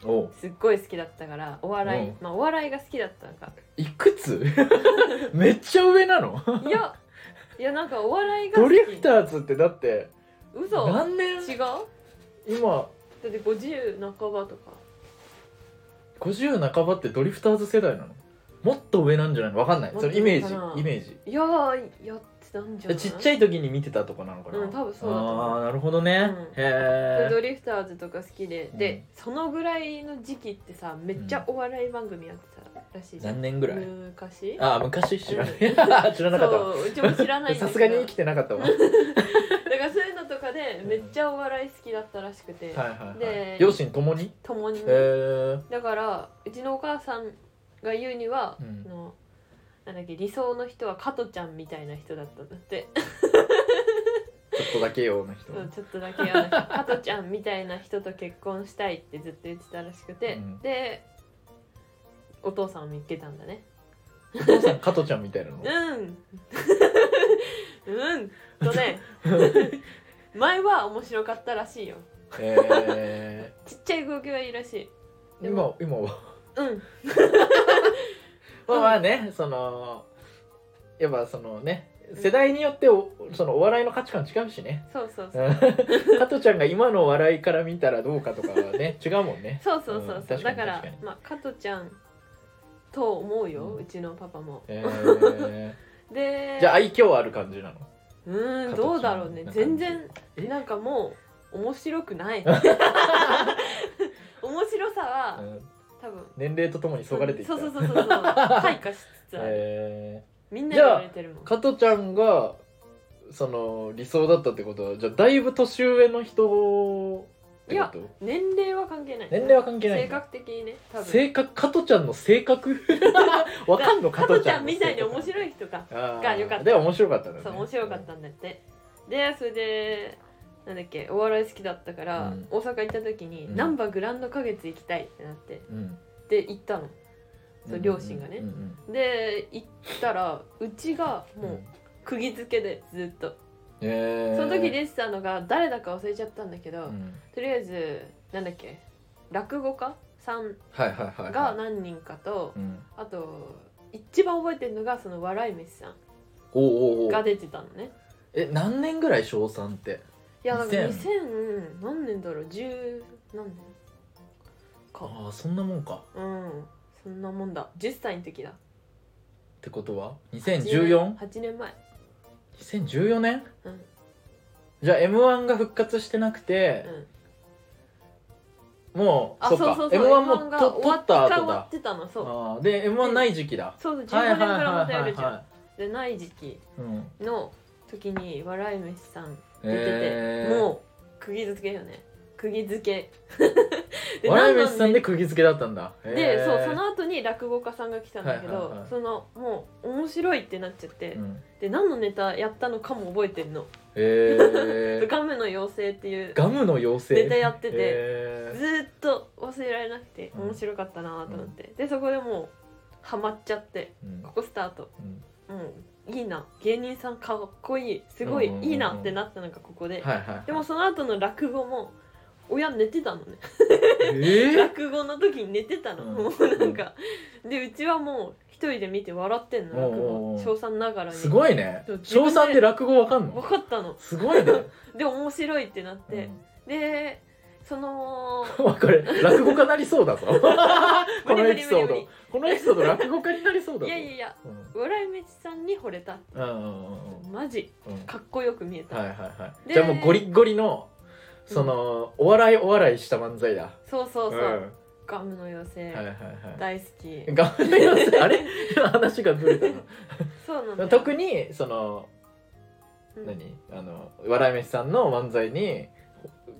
A: おう
B: すっごい好きだったからお笑い、
A: うん
B: まあお笑いが好きだった のか
A: いくつめっちゃ上なの
B: いやいやなんかお笑いが好
A: ド
B: き
A: リフターズってだって
B: 嘘
A: 何年
B: 違うだ
A: 今
B: って50半ばとか
A: 50半ばってドリフターズ世代なのもっと上なんじゃないのわかんない
B: もっ
A: そ
B: と
A: れイメー
B: 上かな
A: ジイメージ
B: いやーやってたんじゃない
A: ちっちゃい時に見てたとかなのかな、
B: うん多分そうだと思う
A: ああなるほどね、
B: うん
A: へ
B: ド
A: え
B: リフターズとか好きで、でそのぐらいの時期ってさめっちゃお笑い番組やってたらしいじゃん
A: 何年ぐらい、
B: 昔
A: ああ昔知らない 知らなかったわ
B: そううちも知らないんだけど
A: さすがに生きてなかったわはい
B: だからそういうのとかでめっちゃお笑い好きだったらしくて、
A: はい、は
B: で
A: い、両親ともに
B: 共にね、
A: へえ
B: だからうちのお母さんが言うには、
A: うん
B: あのなんだっけ理想の人は加トちゃんみたいな人だったんだって、
A: ちょっとだけような人
B: そうちょっとだ け嫌な人加トちゃんみたいな人と結婚したいってずっと言ってたらしくて、
A: うん
B: でお父さんを見つけたんだね
A: お父さん加トちゃんみたいなの
B: うんうんと ね前は面白かったらしいよ
A: え
B: ちっちゃい動きはいいらしい
A: ー、今今は
B: うん
A: まあまあねそのやっぱそのね世代によっておそのお笑いの価値観違うし ね
B: そうそうそう
A: うん加トちゃんが今のお笑いから見たらどうかとかはね違うもんね
B: そうそうそううんそう、
A: 確か
B: だ
A: に
B: から
A: 確かに
B: まあ加トちゃんと思うよ、
A: う
B: うんちのパパも
A: えー、
B: で
A: じゃあ愛嬌ある感じなの
B: うー
A: 加トちゃん
B: んどうだろうね
A: な感じ
B: 全然
A: え
B: なんかもう面白 くない 面白さは、
A: うん
B: 多分
A: 年齢とともにそがれていった
B: そうそうそうそう そう開花しつつある、
A: え
B: みんなに言われてるも
A: ー、
B: ん
A: 加トちゃんがその理想だったってことはじゃあだいぶ年上の人ってこと
B: 年齢は関係ない
A: 年齢は関係ない
B: 性格的にね多分
A: 性格加トちゃんの性格 わかんの加
B: 加
A: ト
B: ト
A: ち
B: ち
A: ゃ
B: ゃ
A: ん
B: ん
A: の性
B: み
A: 格
B: たいに面白い人か
A: あー
B: が良かった
A: で面白かったんだね
B: そう面白かったんだってでそれでなんだっけお笑い好きだったから、
A: うん
B: 大阪行った時に
A: うん
B: 難波、グランド花月行きたいってなって
A: うん
B: で行ったのそう両親がね
A: うんうん
B: で行ったらうちが
A: うん
B: もう釘付けでずっと、
A: えー
B: その時出てたのが誰だか忘れちゃったんだけど、
A: うん
B: とりあえずなんだっけ落語家さん
A: はいはいはいはい
B: が何人かと
A: うん
B: あと一番覚えてるのがその笑い飯さん
A: おうおうお
B: が
A: う
B: 出てたのね
A: え何年ぐらい小三って
B: いやだから
A: 2000
B: 2000何年だろう10何年か
A: ああそんなもんか
B: うんそんなもんだ10歳の時だ
A: ってことは 2014?
B: 8年前
A: 2014年
B: うん
A: じゃあ m 1が復活してなくて
B: う、ん
A: もう
B: あ
A: そ
B: そうう
A: か
B: そうそう
A: m 1も
B: が
A: と
B: 終
A: 取っ
B: わって
A: た
B: か
A: 後
B: 終わ
A: だ
B: ってたのそう
A: あーで m 1ない時期だ
B: そうそう15年ぐらいまたやるじゃん、
A: は
B: でない時期
A: いうん
B: の時に笑い飯さん出てて、
A: えー
B: もう釘付けよね釘付け で
A: 笑い
B: 何
A: 飯
B: なん
A: さんで釘付けだったんだへ
B: で
A: ー
B: そうその後に落語家さんが来たんだけど、
A: はいはいはい
B: そのもう面白いってなっちゃって、
A: うん
B: で何のネタやったのかも覚えてんの
A: へー
B: 「 ガムの妖精」っていう
A: ガムの妖精
B: ネタやってて
A: へ
B: ず
A: ー
B: ーっと忘れられなくて
A: うん
B: 面白かったなと思って、でそこでもうハマっちゃって
A: うん
B: ここスタート
A: うん
B: もういいな芸人さんかっこいいすごい
A: うんうんうんうん
B: いいなってなったのがここ
A: は
B: で、
A: いはいはい
B: でもその後の落語も親寝てたのね
A: え
B: 落語の時に寝てたの、
A: うん
B: もうなんかでうちはもう一人で見て笑ってんの落
A: おうおうおう
B: 語小3ながら
A: ー
B: に
A: すごいね
B: そう自分
A: 小
B: で
A: 三で落語わかん
B: 分
A: の
B: かったの
A: すごいね
B: で面白いってなっ
A: う
B: て、
A: ん
B: でその
A: わこれ落語家なりそう だぞこのエピソー
B: 無理無理無理無
A: ド
B: 理
A: このエピソード落語家になりそうだぞ
B: いやいやいや
A: うん
B: 笑い飯さんに惚れた
A: うんうんうんうん
B: マジ
A: うん
B: かっこよく見えた、
A: はいはいはい
B: で
A: じゃあもうゴリッゴリのそのお笑いお笑いした漫才だ
B: そうそうそう、
A: うん
B: ガムの妖精、
A: はいはいはい
B: 大好き
A: 頑張りますあ れ話がずれた
B: そうなんだ
A: な
B: よ
A: 特にその
B: うん
A: 何あの笑い飯さんの漫才に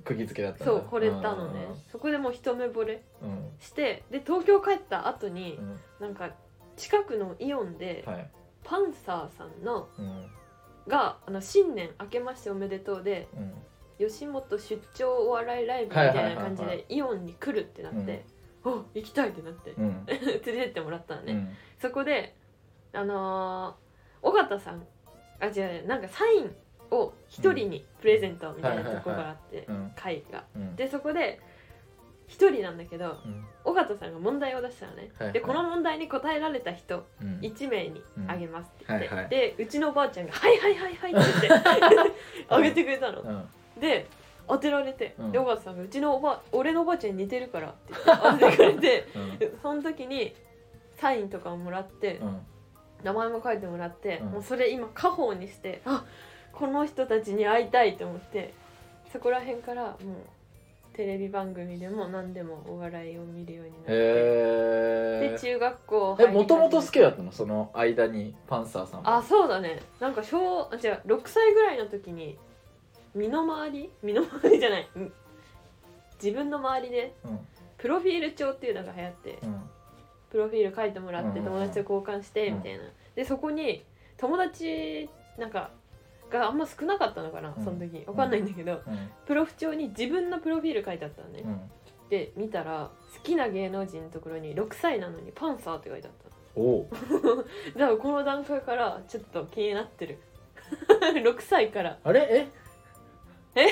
A: 釘付けだったんだ
B: そう惚れたのねそこでもう一目惚れ
A: うんうん
B: してで東京帰った後に
A: うん
B: なんか近くのイオンで
A: はい
B: パンサーさんの
A: うん
B: があの新年明けましておめでとうで
A: うん
B: 吉本出張お笑いライブみたいな感じ
A: はいはいはいは
B: でイオンに来るってなって、お行きたいってなって、
A: うん
B: 連れてってもらったのね、
A: うん
B: そこであのー尾形さんあ違うなんかサインを一人にプレゼントみたいなとこがあって
A: うん
B: 会が
A: うん
B: でそこで一人なんだけど
A: うん
B: 尾形さんが問題を出したのね、
A: はいはい
B: でこの問題に答えられた人
A: うん
B: 1名にあげますって言って、
A: うんはいはい
B: でうちのおばあちゃんが「はいはいはいはい」って言って あげてくれたの
A: うん
B: で当てられて、
A: うん
B: で尾形さんが「うちのおば俺のおばあちゃんに似てるから」って言って当ててくれて
A: うん
B: でその時にサインとかをもらって、
A: うん
B: 名前も書いてもらって、
A: うん
B: もうそれ今家宝にしてあこの人たちに会いたいと思ってそこら辺からもうテレビ番組でも何でもお笑いを見るようになって、
A: へ
B: で中学校入
A: え
B: り始
A: も
B: め
A: ともと好きだったのその間にパンサーさんは
B: あそうだねなんか小あ違う6歳ぐらいの時に身の回り身の回りじゃないん自分の周りで
A: うん
B: プロフィール帳っていうのが流行って
A: うん
B: プロフィール書いてもらって
A: うんうんうん
B: 友達と交換して
A: うん
B: みたいな、でそこに友達なんかがあんま少なかったのかな
A: うん
B: その時わかんないんだけど、
A: うん
B: プロフ帳に自分のプロフィール書いてあったのね、
A: うん
B: で見たら好きな芸能人のところに6歳なのにパンサーって書いてあった
A: おう
B: だからこの段階からちょっと気になってる 6歳から
A: あれえ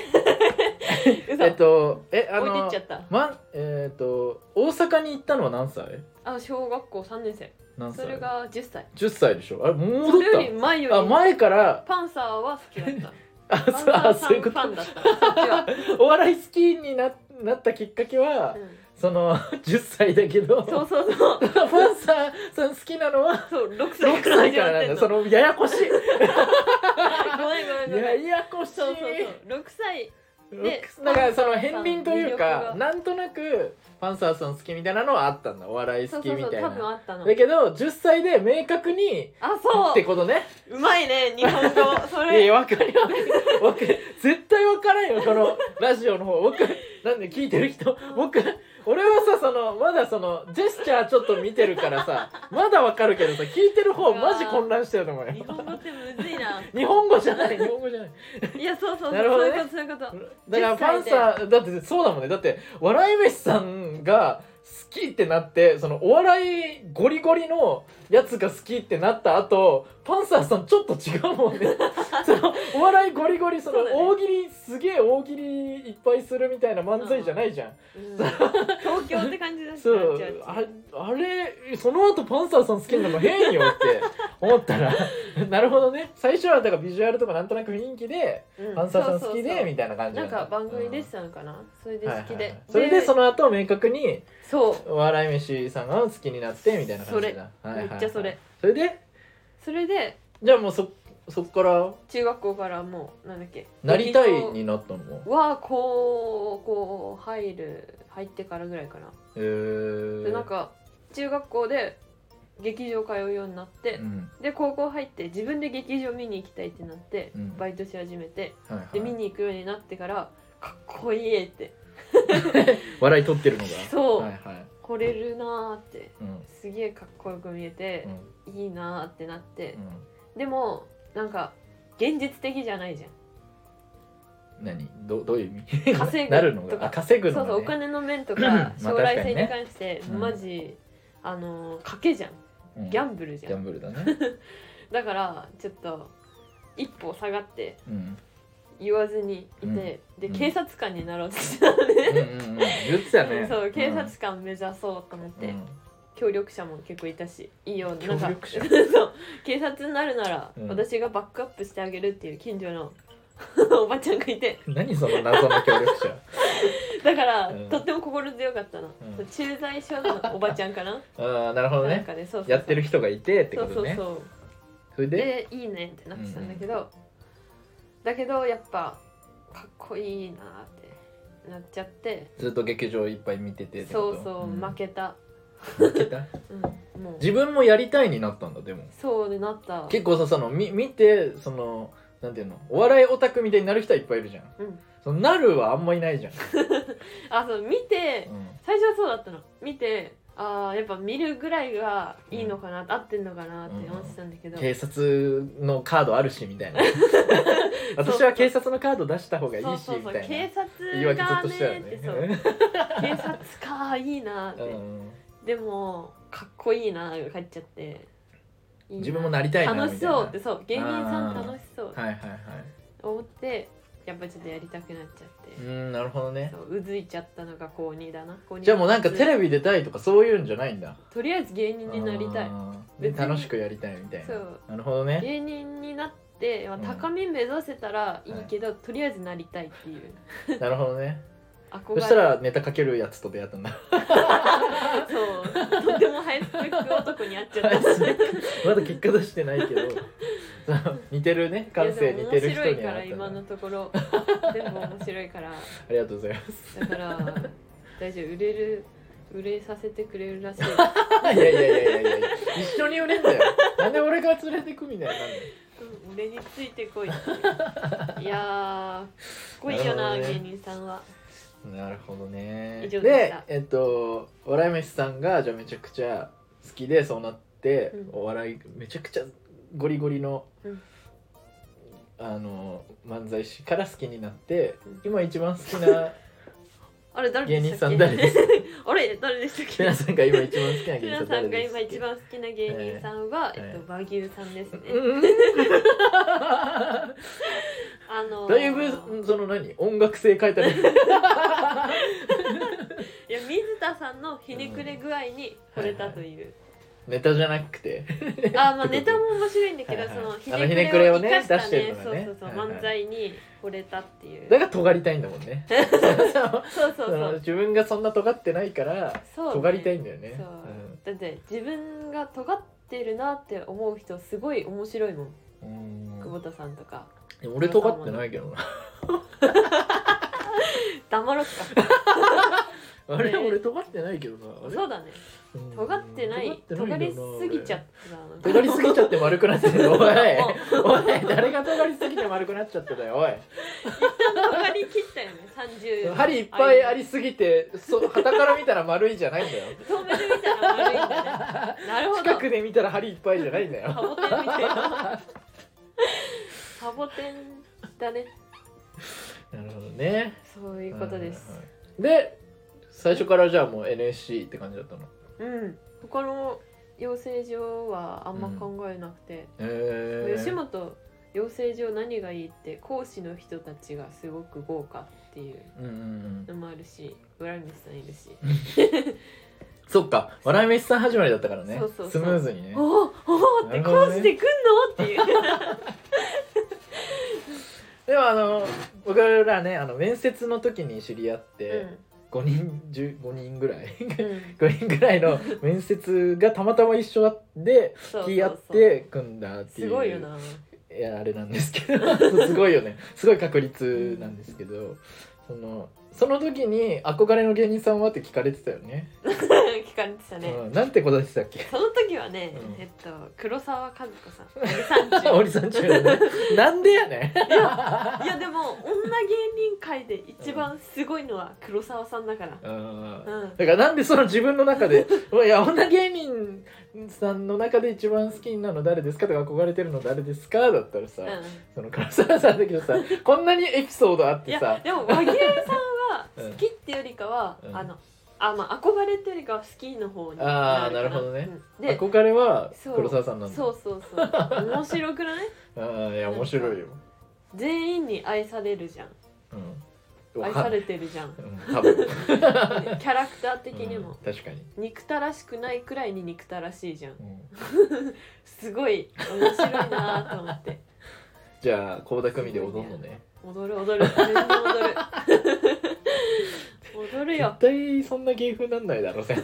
B: 嘘、
A: えっとえあ
B: 置いてっ
A: の
B: ちゃった
A: まんえっと大阪に行ったのは何歳
B: あ小学校3年生
A: 何歳
B: それが10歳
A: 10歳でしょあれ戻
B: そ
A: っ
B: れより前
A: たあ
B: より
A: 前から
B: パンサーは好きだった
A: あ
B: パン
A: そう
B: サ
A: あ
B: ーさ
A: そうい
B: ん
A: う
B: フ
A: こ
B: ァ
A: と
B: ン だったそっちは、
A: お笑い好きにななったきっかけは、
B: うん
A: その 10歳だけど
B: そうそうそ う
A: パンサーさん好きなのは
B: そう6
A: 6
B: 歳から
A: 歳
B: 始
A: か
B: まっ
A: らなん
B: てん
A: だそ
B: の
A: のややこしい
B: ごめんごめんご
A: や
B: めん
A: やこしい
B: そうそうそう6歳 で
A: ロックだからその片鱗という
B: パン
A: か
B: サーさんの魅力が
A: なんとなくパンサーさん好きみたいなのはあったんだお笑い
B: そ
A: 好
B: う
A: き
B: そう
A: み
B: そう
A: たい
B: 多分
A: な
B: あったの
A: だけど10歳で明確に
B: あ
A: っ
B: そ
A: てことね
B: ううまいね日本語そ
A: い
B: れ
A: や分か るよ分かる絶対分からんよこのラジオの方僕なんで聞いてる人僕俺はさそのまだそのジェスチャーちょっと見てるからさまだ分かるけどさ聞いてる方マジ混乱してると思うよ
B: 日本語ってむずいな
A: 日本語じゃない日本語じゃない
B: いやそうそうそう、
A: なるほ
B: そ
A: ど
B: う
A: ね
B: いうことそういうこと
A: だからパンサーだってそうだもんねだって笑い飯さんが好きってなってそのお笑いゴリゴリのやつが好きってなった後パンサーさんちょっと違う もんねそのお笑いゴリゴリその
B: そうだね
A: 大喜利、すげえ大喜利いっぱいするみたいな漫才じゃないじゃん、
B: うん東京って感じだし
A: そ
B: なっ
A: う
B: ちゃう
A: ああれその後パンサーさん好きなのも変よって思ったら なるほどね最初はだからビジュアルとかなんとなく雰囲気で
B: うん
A: パンサーさん好き
B: そう
A: で
B: そう
A: みたいな感
B: そう
A: じ
B: なんか番組
A: で
B: 出
A: す
B: てたのかなそれで好き
A: はいはいは
B: で
A: いそれでその後明確に
B: そう
A: お笑い飯さんが好きになってみたいな感じだ
B: それめっちゃそれ
A: それで
B: それで
A: じゃあもうそそっから
B: 中学校からもうなんだっけ
A: なりたい
B: 沖
A: になったのか
B: 縄はこうこう入る入ってからぐらいかな、
A: へえ
B: でなんか中学校で劇場通うようになって、
A: うん
B: で高校入って自分で劇場見に行きたいってなって、
A: うん
B: バイトし始めて
A: はいはい、
B: で見に行くようになってからかっこいいって
A: 笑い取ってるのが
B: そう、
A: はいはい
B: 来れるなーって
A: うん
B: すげえかっこよく見えて、いいなーってなって
A: うん、
B: でもなんか現実的じゃないじゃん
A: うん、何どどういう意味
B: 稼ぐ
A: なるのが
B: とか
A: あ稼ぐの
B: そ
A: が、
B: う
A: ね、
B: そうお金の面と
A: まあ
B: か将来性に関して
A: 確かにね
B: マジ、あのー賭けじゃん
A: うん
B: ギャンブルじ
A: ギ
B: ゃん、
A: ャンブルだ ね、
B: だからちょっと一歩下がって
A: うん、
B: 言わずにいて、で
A: うん
B: 警察官になろうとしたのね
A: うんうんうん言ってたね
B: そう警察
A: っ
B: 官目指そうと思って、
A: うん
B: 協力者も結構いたしいいよなんか
A: 協力者
B: そう警察になるなら、
A: うん
B: 私がバックアップしてあげるっていう近所の おばちゃんがいて
A: 何その謎の協力者
B: だから、
A: うん
B: とっても心強かった
A: う
B: な、
A: ん
B: そう駐在所のおばちゃん かな
A: あーなるほど
B: なん
A: ね
B: かねそうそうそう
A: やってる人がいてってことね
B: そうそうそう
A: それで
B: でいいねってなってたんだけど、だけどやっぱかっこいいなってなっちゃって
A: ずっと劇場いっぱい見ててってこと
B: そうそう、
A: ん
B: 負けた、
A: 負けた
B: うん、もう
A: 自分もやりたいになったんだでも
B: そうでなった
A: 結構さそのみ見てそのなんていうのお笑いオタクみたいになる人はいっぱいいるじゃん
B: うん、
A: そのなるはあんまいないじゃん、
B: あそう見て
A: うん
B: 最初はそうだったの見てあーやっぱ見るぐらいがいいのかな、合ってんのかなって思ってたんだけど、
A: 警察のカードあるしみた いな私は警察のカード出した方がいい
B: そう
A: し
B: そう
A: み
B: そう
A: たい
B: 警
A: な言い訳ず
B: 察
A: っ
B: が
A: と
B: ね
A: したよ
B: ーって
A: ね
B: そう 警察かーいいなーって、
A: うん
B: でもかっこいいなーが帰っちゃっていいなー
A: 自分もなりたいなみたいな
B: 楽しそうってそう芸人さん楽しそうって
A: はいはいはい
B: 思ってやっぱちょっとやりたくなっちゃって
A: う、んなるほどね
B: そううずいちゃったのが高2だな高二
A: じゃあもうなんかテレビ出たいとかそういうんじゃないんだ
B: とりあえず芸人になりたい
A: あー
B: 別に
A: 楽しくやりたいみたい
B: そ
A: な
B: う
A: なるほどね
B: 芸人になって、まあ、
A: うん
B: 高み目指せたらいいけど、とりあえずなりたいっていう
A: なるほどね
B: 憧
A: そ
B: れ
A: したらネタかけるやつと出会ったんだ
B: そうとてもハイスペック男に会っちゃっ
A: ハ
B: た
A: イスペッまだ結果出してないけど その似てるね感性
B: い
A: 似
B: やでも
A: てる人
B: 面白い
A: に
B: から
A: 会った
B: 今
A: んだ
B: のところ全部面白いから
A: ありがとうございます
B: だから大丈夫売れる売れさせてくれるらしいです
A: いやいやいやいやいや一緒に売れん だよなんで俺が連れてくみたいになんだよ
B: うん俺についてこいっていういやーかっこいいよ
A: な
B: な
A: るほどね
B: 芸人さんは
A: なるほどね
B: 以上でした
A: えっと笑い飯さんがじゃあめちゃくちゃ好きでそうなって、
B: うん
A: お笑いめちゃくちゃゴリゴリの、
B: うん
A: あの漫才師から好きになって、
B: うん
A: 今一番好きな
B: あれ誰
A: 芸
B: で
A: 人
B: し
A: さ
B: たっけ
A: ん誰ですか
B: あれ誰でしたっ
A: 皆
B: け
A: さんが今一番好きな
B: ひ
A: 芸人さ
B: なんさ
A: 誰
B: んが
A: ですか
B: 今一番好きな芸人さんは、
A: えー
B: えっと、和牛さんですね、 あのー
A: だいぶその何音楽性変えたね
B: いや水田さんのひねくれ具合に惚れたという、
A: ネタじゃなくて
B: あーまあネタも面白いんだけど、
A: はいはい
B: その
A: あ
B: ひ
A: の
B: ねくれを
A: ひねくれをね
B: 生かした
A: 出し
B: ね
A: てるのがね
B: そうそうそう、
A: はいはい
B: 漫才に惚れたっていう
A: だから尖りたいんだもんね
B: そうそう
A: そ
B: そ
A: の
B: う
A: 自分がそんな尖ってないから
B: そう、ね、
A: 尖りたいんだよね
B: そう、だって自分が尖ってるなって思う人すごい面白いもん
A: うんうん
B: 久保田さんとか
A: でも俺尖ってないけどな。
B: 黙ろっか
A: あれ、俺尖ってないけどな。あれ
B: そうだね
A: うん
B: 尖ってない
A: 尖っ
B: 尖
A: てない
B: り
A: んだよな
B: すぎちゃっ
A: 俺
B: た
A: 尖 りすぎちゃって丸くなってるよおい
B: も
A: おい誰が尖りすぎて丸くなっちゃってたよおい
B: 尖り切ったよね30
A: 針いっぱいありすぎてそう旗から見たら丸いじゃないんだ よ
B: 遠目で見たら悪いんだねなるほ
A: 近
B: ど
A: くで見たら針いっぱいじゃないんだ
B: サ
A: よ
B: ボテンみたいなサボテンだね
A: なるほどね
B: そういうことです
A: はいはいはいで最初からじゃあもう NSC って感じだったの
B: うん他の養成所はあんま考えなくて、
A: へ
B: 吉
A: ー
B: 本養成所何がいいって講師の人たちがすごく豪華っていう
A: うんうんうん
B: のもあるし裏道さんいるし、
A: そっか笑い飯さん始まりだったからね
B: そうそうそう
A: スムーズにね
B: おおおおっ
A: な
B: て
A: るほど
B: 講
A: ね
B: 師で来んのっていう
A: でもあの僕らねあの面接の時に知り合って、5人15人ぐらい
B: うんうん
A: 5人ぐらいの面接がたまたま一緒で
B: そうそうそう
A: 気合って組んだっていう
B: すごいよな
A: いやあれなんですけど すごいよねすごい確率なんですけどそのその時に「憧れの芸人さんは?」って聞かれてたよね。
B: 聞かれてたね、
A: うん、なんて答えてたっけ
B: その時はね、
A: うん
B: えっと黒沢和子 さん森三中
A: 森さん中ねなんでやねん
B: いやでも女芸人界で一番すごいのは黒沢さんだから
A: うん
B: うん
A: だからなんでその自分の中で 「いや女芸人さんの中で一番好きなの誰ですか?」とか「憧れてるの誰ですか?」だったらさ、
B: うん
A: その唐沢さんだけどさこんなにエピソードあっ
B: い
A: て
B: や
A: さ
B: でも和牛さんは
A: うん
B: 好きってよりかは、
A: うん
B: あのあまあ憧れってよりかは好きの方に
A: あーなる
B: るか
A: ほどね、
B: うんで
A: 憧れは
B: そう
A: 黒沢さんなんだ
B: そうそうそう面白くない
A: うんいや面白いよ、
B: 全員に愛されるじゃん
A: うん、、
B: 愛されてるじゃん
A: うん多分
B: ねキャラクター的に
A: う
B: も
A: ん、確かに、
B: 憎たらしくないくらいに憎たらしいじゃん
A: うん
B: すごい面白いなーと思って
A: じゃあ倖田來未で踊るのね
B: 踊る踊る全然踊 る踊るよ
A: 絶対そんな芸風なんないだろうね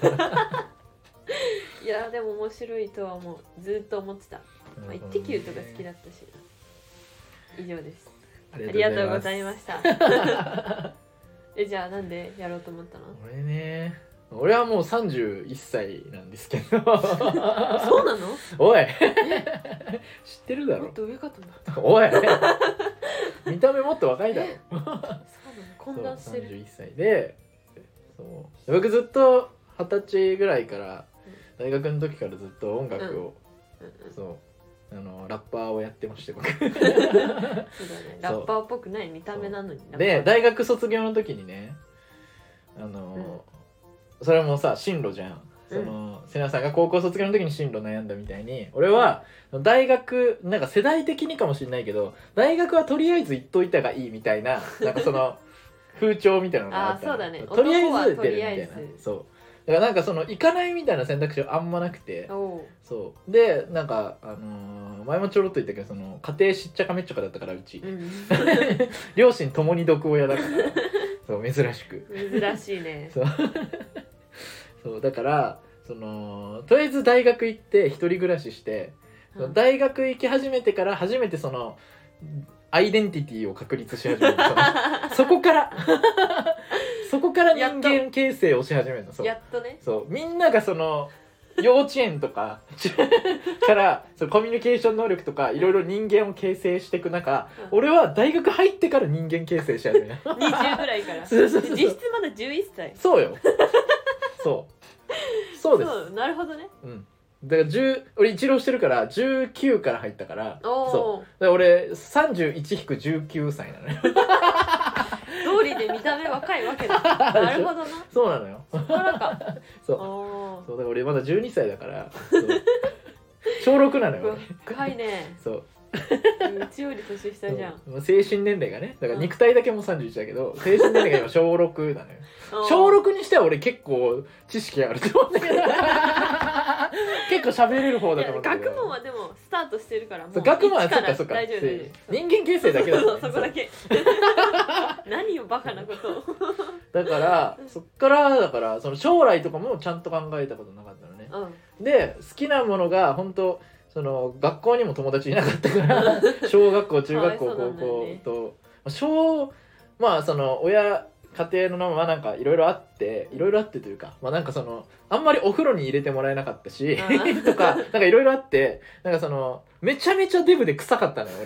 B: いやでも面白いとは思うずーっと思ってたまあ、イッテ Q とか好きだったし。以上です。
A: あ
B: ありがとうござい
A: す
B: ました。 え、じゃあ、なんでやろうと思ったの。
A: 俺ね俺はもう31歳なんですけ ど
B: そうなの。
A: お い知ってるだ
B: もっ
A: ろ
B: と上かと思った。
A: おい見た目もっと若いだろ
B: そうなの。混乱し
A: そう
B: てる。
A: 31歳でそう僕ずっと二十歳ぐらいから
B: うん
A: 大学の時からずっと音楽を、
B: うんうん
A: そうあのラッパーをやってまして 僕
B: そうだね。ラッパーっぽくない見た目なのに。
A: で
B: ラッパー
A: 大学卒業の時にねあの、それもさ進路じゃんその、瀬名さんが高校卒業の時に進路悩んだみたいに俺は大学なんか世代的にかもしれないけど大学はとりあえず行っといたがいいみたいななんかそ の風潮みたいなのがあったの
B: あーそうだね
A: とりあえず
B: 男は
A: 出
B: と
A: るみ
B: り
A: た
B: あえず
A: いなそうだからなんかその行かないみたいな選択肢はあんまなくて
B: おう
A: そうでなんか、あのー前もちょろっと言ったけどその家庭しっちゃかめっちゃかだったからうち、
B: うん
A: 両親ともに毒親 だからそう珍しく
B: 珍しいね。
A: そうそうだからそのとりあえず大学行って一人暮らしして、その
B: うん
A: 大学行き始めてから初めてそのアイデンティティを確立し始めるそ のそこからそこから人間形成をし始めるのそう
B: やっとね。
A: そうみんながその幼稚園とかからそのコミュニケーション能力とかいろいろ人間を形成していく中
B: うん
A: 俺は大学入ってから人間形成し始めた
B: 二十ぐらいから。
A: そうそうそう
B: 実質まだ十一歳。
A: そうよそうそうです
B: うなるほどね。
A: うんだから10俺一浪してるから19から入ったからそう
B: おお。
A: だから俺31-19歳なのよ
B: 通りで見た目若いわけだ。なるほどな。
A: そうなのよ
B: そこからか。
A: そう
B: お
A: そうだから俺まだ12歳だからそう小6なのよ
B: お。
A: 俺
B: 深いね。
A: そう
B: うちより年下じゃん。
A: もう精神年齢がねだから肉体だけもう31だけど、精神年齢が今小6なのよ
B: うん
A: 小6にしては俺結構知識あると思うんだ けど結構喋れる方
B: い
A: だと思
B: や
A: うんだけど
B: 学問はでもスタートしてるからも
A: そうう学問は
B: 一
A: そっかそっか
B: 大丈夫大丈夫
A: 人間形成だけだ、ね、
B: そうそうそこだけ 何をバカなことを
A: そうだからそっからだからその将来とかもちゃんと考えたことなかったのね
B: うん
A: で好きなものが本当その学校にも友達いなかったから 小学校中学校
B: かわいそうな
A: 高
B: んだよ
A: 校
B: ね
A: と小まあその親家庭のままなんかいろいろあっていろいろあってというかまあなんかそのあんまりお風呂に入れてもらえなかったし
B: あー
A: とかなんかいろいろあってなんかそのめちゃめちゃデブで臭かったのよ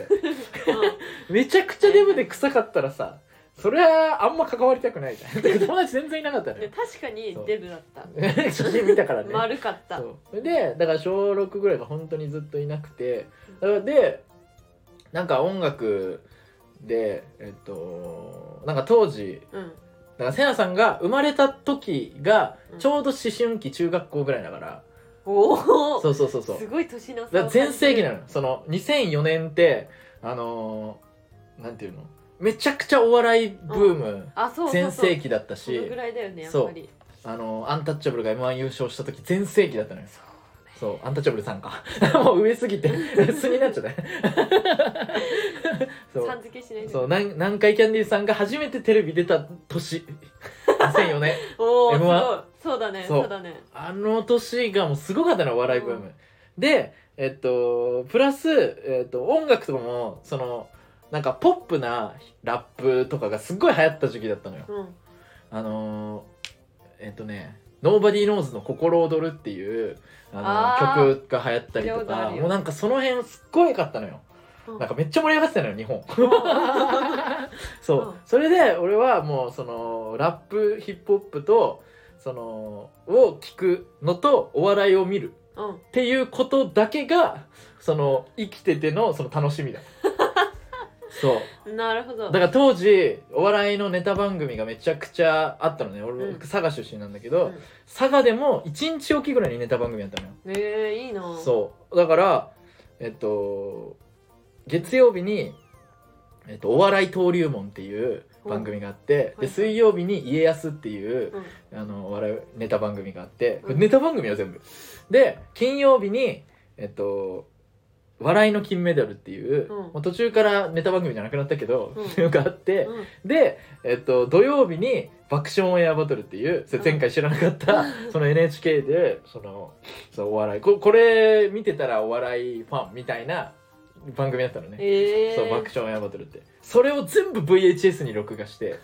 A: 俺めちゃくちゃデブで臭かったらさそれはあんま関わりたくないじ ゃん友達全然いなかった
B: う
A: の
B: んで
A: よ
B: 確かにデブだった
A: 写真見た からね
B: 丸かった
A: そうでだから小6ぐらいが本当にずっといなくてだからでなんか音楽でえっとなんか当時
B: うん
A: だからせなさんが生まれた時が
B: うん
A: ちょうど思春期中学校ぐらいだから、
B: おお
A: そうそうそうそう
B: すごい年の
A: だ
B: 差
A: から
B: を感じる
A: 全盛期なのよその2004年ってあのーなんていうのめちゃくちゃお笑いブーム
B: あそうそうそう
A: 全盛期だった
B: そ
A: し
B: のぐらいだよねやっ
A: そう
B: ぱり
A: あのーアンタッチャブルが m 1優勝した時全盛期だったのよ
B: そう
A: そう、アンタッチャブルさんか。 もう上すぎて、薄になっちゃった。 そ
B: さん
A: う、
B: 付けしないで
A: そう、なん南海キャンディーズさんが初めてテレビ出た年。2004年。
B: おおす
A: M1
B: ごいそうだね
A: そう
B: そうだね
A: あの年がもうすごかったの、お笑いブーム。で、えっとプラス、えっと、音楽とかもそのなんかポップなラップとかがすっごい流行った時期だったのよ。
B: うん
A: あのーえっとね「Nobody Knows の心躍る」っていうあ
B: あ
A: の
B: ー
A: 曲が流行ったりと
B: 聞いたこと
A: か
B: あるよ
A: もうなんかその辺すっごい良かったのよ。
B: うん
A: なんかめっちゃ盛り上がってたのよ日本。そう、
B: うん
A: それで俺はもうそのラップヒップホップとそのを聞くのとお笑いを見る
B: うん
A: っていうことだけがその生きててのその楽し みだそう
B: うんなるほど
A: だから当時お笑いのネタ番組がめちゃくちゃあったのね俺、
B: うん
A: 佐賀出身なんだけど、
B: うん
A: 佐賀でも1日おきぐらいにネタ番組やったのよ、
B: えー、いいな
A: そうだからえっと月曜日に、えっと「お笑い登竜門」っていう番組があって、で
B: うんはいはい
A: 水曜日に「家康」っていう、
B: うん
A: あのお笑いネタ番組があってこれ
B: うん
A: ネタ番組は全部で金曜日にえっと「笑いの金メダル」っていう、
B: うん
A: もう途中からネタ番組じゃなくなったけど、
B: うん
A: があって、
B: うん
A: で、えっと、土曜日に「爆笑オンエアバトル」っていうそれ前回知らなかった、 その NHK でそのそのお笑いここれ見てたらお笑いファンみたいな番組だったのね、
B: えー、
A: そう爆笑オンエアバトルってそれを全部 VHS に録画して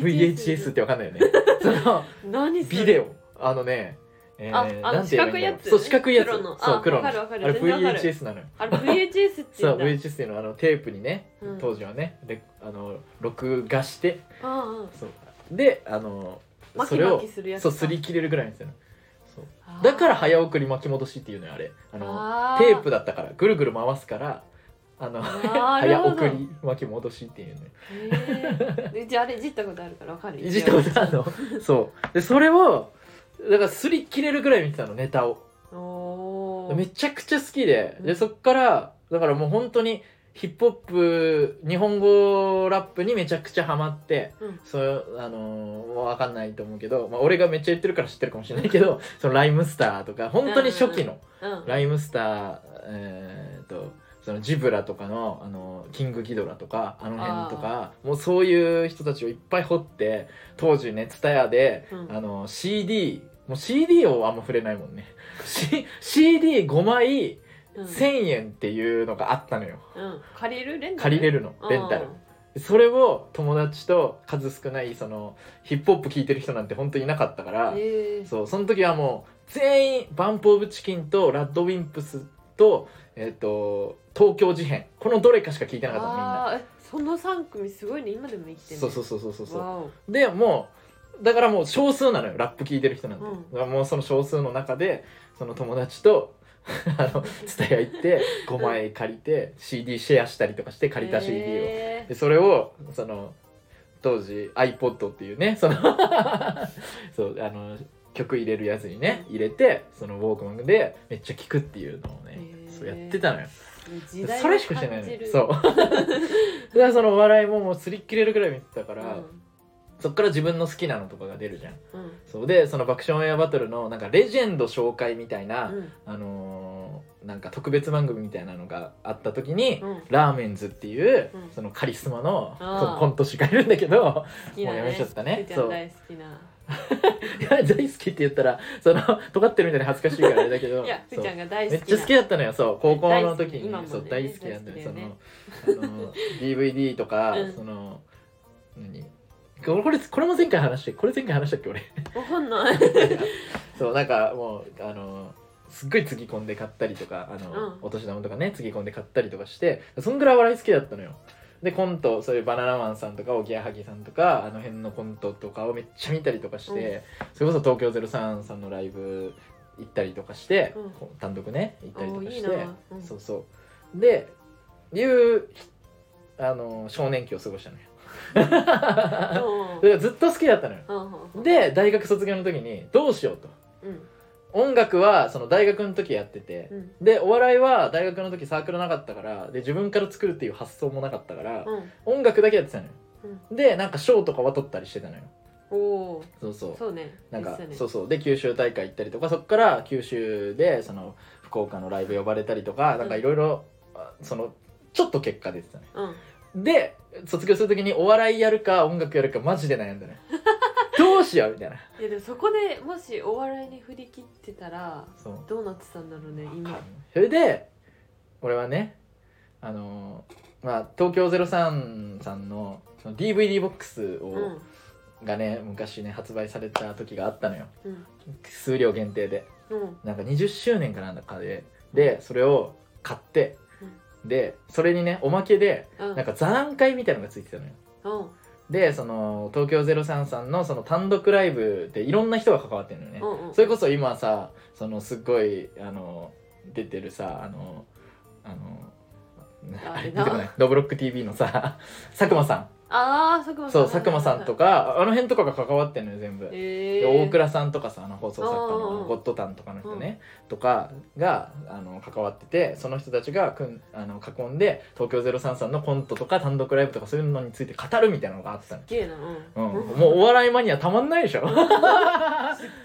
A: VHS ってわかんないよ ねその
B: 何それ
A: ビデオあのねえ
B: ああの
A: なんて言えばんだろう
B: 四角いやつ
A: そう四角いやつ
B: 黒の
A: そう
B: あ
A: 黒の
B: わかるわかる
A: あれ
B: 全然わかる
A: VHS なのよ
B: あれ VHS って
A: そ
B: 言う
A: うん
B: だ
A: VHS っていうのはあのテープにね、
B: うん
A: 当時はねであの録画して
B: うんうん
A: そうであの
B: 巻
A: そ
B: き
A: れ
B: 巻
A: を
B: きするやつ
A: そうすり切れるぐらいなんですよそうだから早送り巻き戻しっていうのよあれあのテープ
B: だ
A: だったからぐるぐる回すからあの
B: あー
A: 早送り巻き戻しっていうのよ
B: えじゃああれいじったことあるからわかる
A: いじったことあるのそうでそれをだからすり切れるぐらい見てたのネタを
B: おー
A: めちゃくちゃ好きで
B: う
A: で
B: ん
A: そっからだからもう本当にヒップホップ日本語ラップにめちゃくちゃハマって、
B: うん
A: そうあのー、分かんないと思うけど、まあ、俺がめっちゃ言ってるから知ってるかもしれないけ どそのライムスターとか本当に初期の
B: うん
A: ライムスター、えー、とそのジブラとかのあのキングギドラとかあの辺とかもうそういう人たちをいっぱい掘って当時ね TSUTAYA で、
B: うん
A: あの CD もう CD をあんま触れないもんね、C、CD5 枚
B: うん
A: 1,000円っていうのがあったのよ
B: うん借りるレンタル
A: 借りれるのレンタルそれを友達と数少ないそのヒップホップ聴いてる人なんて本当にいなかったから、
B: うんえー
A: そうその時はもう全員バンプ・オブ・チキンとラッドウィンプスと,、えー、と東京事変このどれかしか聞いてなかったのみんな
B: あーえその三組すごいね今でも生きてる
A: そうそうそうそうそうそう
B: わお
A: でもうだからもう少数なのよラップ聞いてる人なんて、
B: うん
A: だからもうその少数の中でその友達と あの蔦屋行 って5枚借りて CD シェアしたりとかして借りた CD を、
B: えー
A: でそれをその当時 iPod っていうねその そうあの曲入れるやつにね入れてそのウォークマンでめっちゃ聴くっていうのをね
B: へー
A: そうやってたのよ
B: 時代を
A: それしかしてないのよ
B: 感じる
A: そうだ からその笑いももうすり切れるぐらい見てたか
B: う
A: ら、
B: ん
A: そっから自分の好きなのとかが出るじゃん
B: うん
A: そうでその爆笑オンエアバトルのなんかレジェンド紹介みたいな、
B: うん
A: あのーなんか特別番組みたいなのがあった時に、
B: うん
A: ラーメンズっていう、
B: うん
A: そのカリスマの
B: あー
A: そのコント師がいるんだけど
B: 好きなね
A: もうやめちゃったね
B: ふーちゃ
A: そうん
B: 大好きない
A: や大好きって言ったらその尖ってるみたいに恥ずかしいからあれだけど
B: いやふーちゃんが大
A: そう
B: 好
A: め
B: き
A: っ
B: な
A: ちゃ好きだったのよそう高校の時に、
B: 大好き今もね
A: そう大好きなんだよ
B: 大好きだよね
A: そのあ の DVD とか、
B: うん
A: その何これこれこれも前回話してこれ前回話したっけ俺
B: わかんない
A: そうなんかもうあのすっごいつぎ込んで買ったりとかあの、
B: うん
A: お年玉とかねつぎ込んで買ったりとかしてそんぐらい笑い好きだったのよでコントそういうバナナマンさんとかおぎやはぎさんとかあの辺のコントとかをめっちゃ見たりとかして、
B: うん
A: それこそ東京03さんのライブ行ったりとかして、
B: うん
A: こう単独ね行ったりとかして
B: おーいいなうん
A: そうそうでいうあの少年期を過ごしたのよ
B: うん
A: それがずっと好きだったのよ
B: うん
A: で大学卒業の時にどうしようと
B: うん
A: 音楽はその大学の時やってて
B: う、ん
A: でお笑いは大学の時サークルなかったからで自分から作るっていう発想もなかったから、
B: うん
A: 音楽だけやってたのよ
B: うん
A: でなんか賞とかは取ったりしてたのよ
B: おー
A: そうそう
B: そうね
A: なんか、
B: 実際ね
A: そうそうで九州大会行ったりとかそっから九州でその福岡のライブ呼ばれたりとかなんかいろいろあそのちょっと結果出てたね
B: うん
A: で卒業する時にお笑いやるか音楽やるかマジで悩んだ ねどうしようみたいない
B: やでもそこでもしお笑いに振り切ってたら
A: そう
B: どうなってたんだろうね
A: わかんな
B: 今
A: いそれでこれはねあのーまあ東京03さんのその DVD ボックスを、
B: うん
A: がね昔ね発売された時があったのよ
B: うん
A: 数量限定で
B: うん
A: なんか20周年かなんだかででそれを買って、でそれにねおまけで
B: うん
A: なんか座談会みたいのがついてたのよ
B: うん
A: でその東京03さんのその単独ライブでいろんな人が関わってるのよね、
B: うんうん
A: それこそ今さそのすっごいあの出てるさあのあの
B: あれ
A: 出
B: な
A: てこない「ドブロック TV」の さ佐久間さ
B: ああ佐久間
A: ん
B: さ
A: そ
B: ん
A: う佐久間さんと
B: か
A: かあの辺とかが関わってるのよ全部、
B: え
A: で
B: ー、
A: 大倉さんとかさあの放送作家
B: うんうんう
A: の
B: ん
A: ゴッドタンとかの人ね、とかがあの関わっててその人たちがくんあの囲んで東京03さんのコントとか単独ライブとかそういうのについて語るみたいなのがあったの、
B: すっげえなう、
A: うんん、もうお笑いマニアたまんないでしょ
B: すっ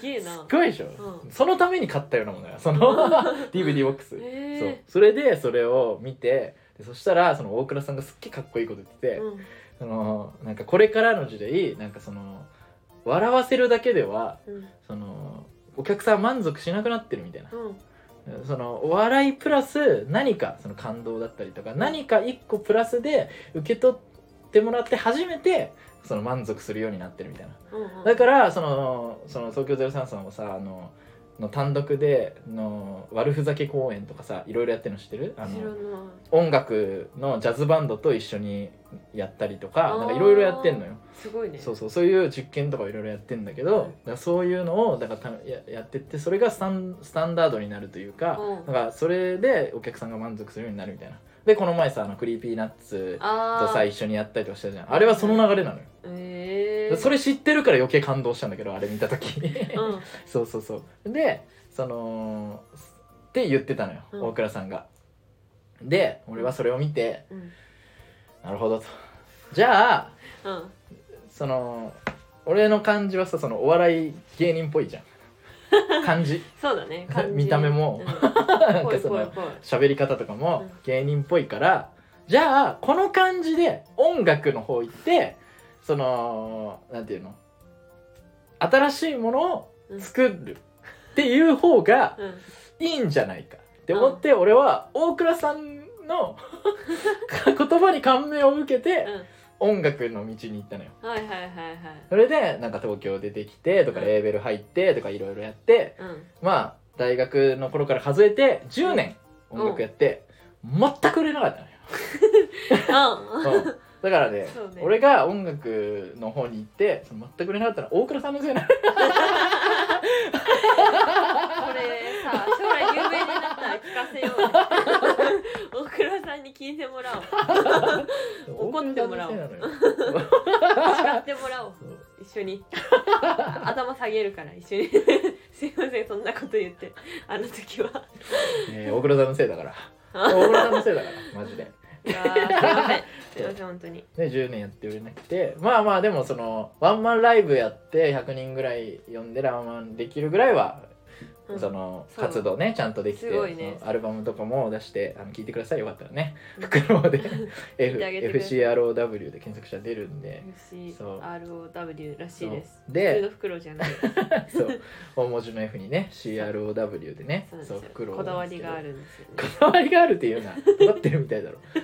B: げえ
A: す
B: な
A: っごいでしょ、
B: うん
A: そのために買ったようなものよその DVD ボックス、そう
B: え
A: それでそれを見てでそしたらその大倉さんがすっげえかっこいいこと言ってて、
B: ーうん
A: そのなんかこれからの時代なんかその笑わせるだけでは
B: うん
A: そのお客さん満足しなくなってるみたいな、
B: うん
A: そのお笑いプラス何かその感動だったりとか何か一個プラスで受け取ってもらって初めてその満足するようになってるみたいな
B: うんうん
A: だからそのその東京03さんもさあのの単独での悪ふざけ公演とかさいろいろやってるの知ってるあ
B: 知らな
A: の
B: い
A: 音楽のジャズバンドと一緒にやったりとか
B: あー
A: なんかいろいろやってんのよ
B: すごいね
A: そうそうそういう実験とかいろいろやってんだけど、
B: うん
A: だからそういうのをだからたややってってそれがスタンスタンダードになるというか,、
B: うん
A: なんかそれでお客さんが満足するようになるみたいなでこの前さあのクリーピーナッツ
B: あ
A: と
B: あ
A: さ一緒にやったりとかしたじゃんあれはその流れなのよ、
B: ええー、
A: それ知ってるから余計感動したんだけどあれ見た時
B: うん
A: そうそうそうでそのって言ってたのよ、
B: うん
A: 大倉さんがで俺はそれを見て
B: うん
A: なるほどとじゃあ
B: うん
A: その俺の感じはさそのお笑い芸人っぽいじゃ ん感じ
B: そうだね感 じ
A: 見た目も
B: うん、
A: なん
B: ぽ
A: か
B: い
A: そ
B: ぽい
A: の
B: ぽい
A: 喋り方とかも
B: うん
A: 芸人っぽいから、じゃあこの感じで音楽の方行ってそのなんていうの新しいものを
B: うん
A: 作るっていう方が
B: うん
A: いいんじゃないかって思って、俺は大倉さん の言葉に感銘を受けて
B: う
A: 音楽の道に行ったのよ。
B: んはいはいはいはい
A: それでなんか東京出てきてとか
B: うん
A: レーベル入ってとかいろいろやって
B: うん
A: まあ大学の頃から数えて10年
B: うん
A: 音楽やって全く売れなかったの
B: うん
A: よ、うんだからね
B: そうね
A: 俺が音楽の方に行ってその全く売れなかったのは大倉さんのせいなの
B: これさ将来有名になったら聞かせよ う大倉さんに聞いてもらおう 怒ってもらお
A: 大倉さんのせ
B: う
A: いなのよ
B: 叱ってもらおう
A: そう
B: 一緒に頭下げるから一緒に すいませんそんなこと言ってあの時は
A: ねえ大倉さんのせいだ から
B: あ
A: 大倉さんのせいだからマジで。
B: いやーすいませんすいません本当に
A: で10年やって売れなくてまあまあでもそのワンマンライブやって100人ぐらい呼んでランマンできるぐらいは、
B: うん
A: その
B: そう
A: 活動ねちゃんとできて、
B: すごいね
A: そのアルバムとかも出してあの聞いてくださいよかったらね
B: うん
A: 袋 で F
B: 聞いてあげてください
A: FCROW で検索したら出るん で。そう
B: FCROW らしいです
A: そう
B: 普通
A: で
B: の袋じゃない
A: そう大文字の F にね CROW でね
B: そうなんです
A: そう
B: よ
A: 袋を
B: こだわりがあ
A: る
B: るんですよね
A: こだわりがあるっていうな尖ってるみたいだろそう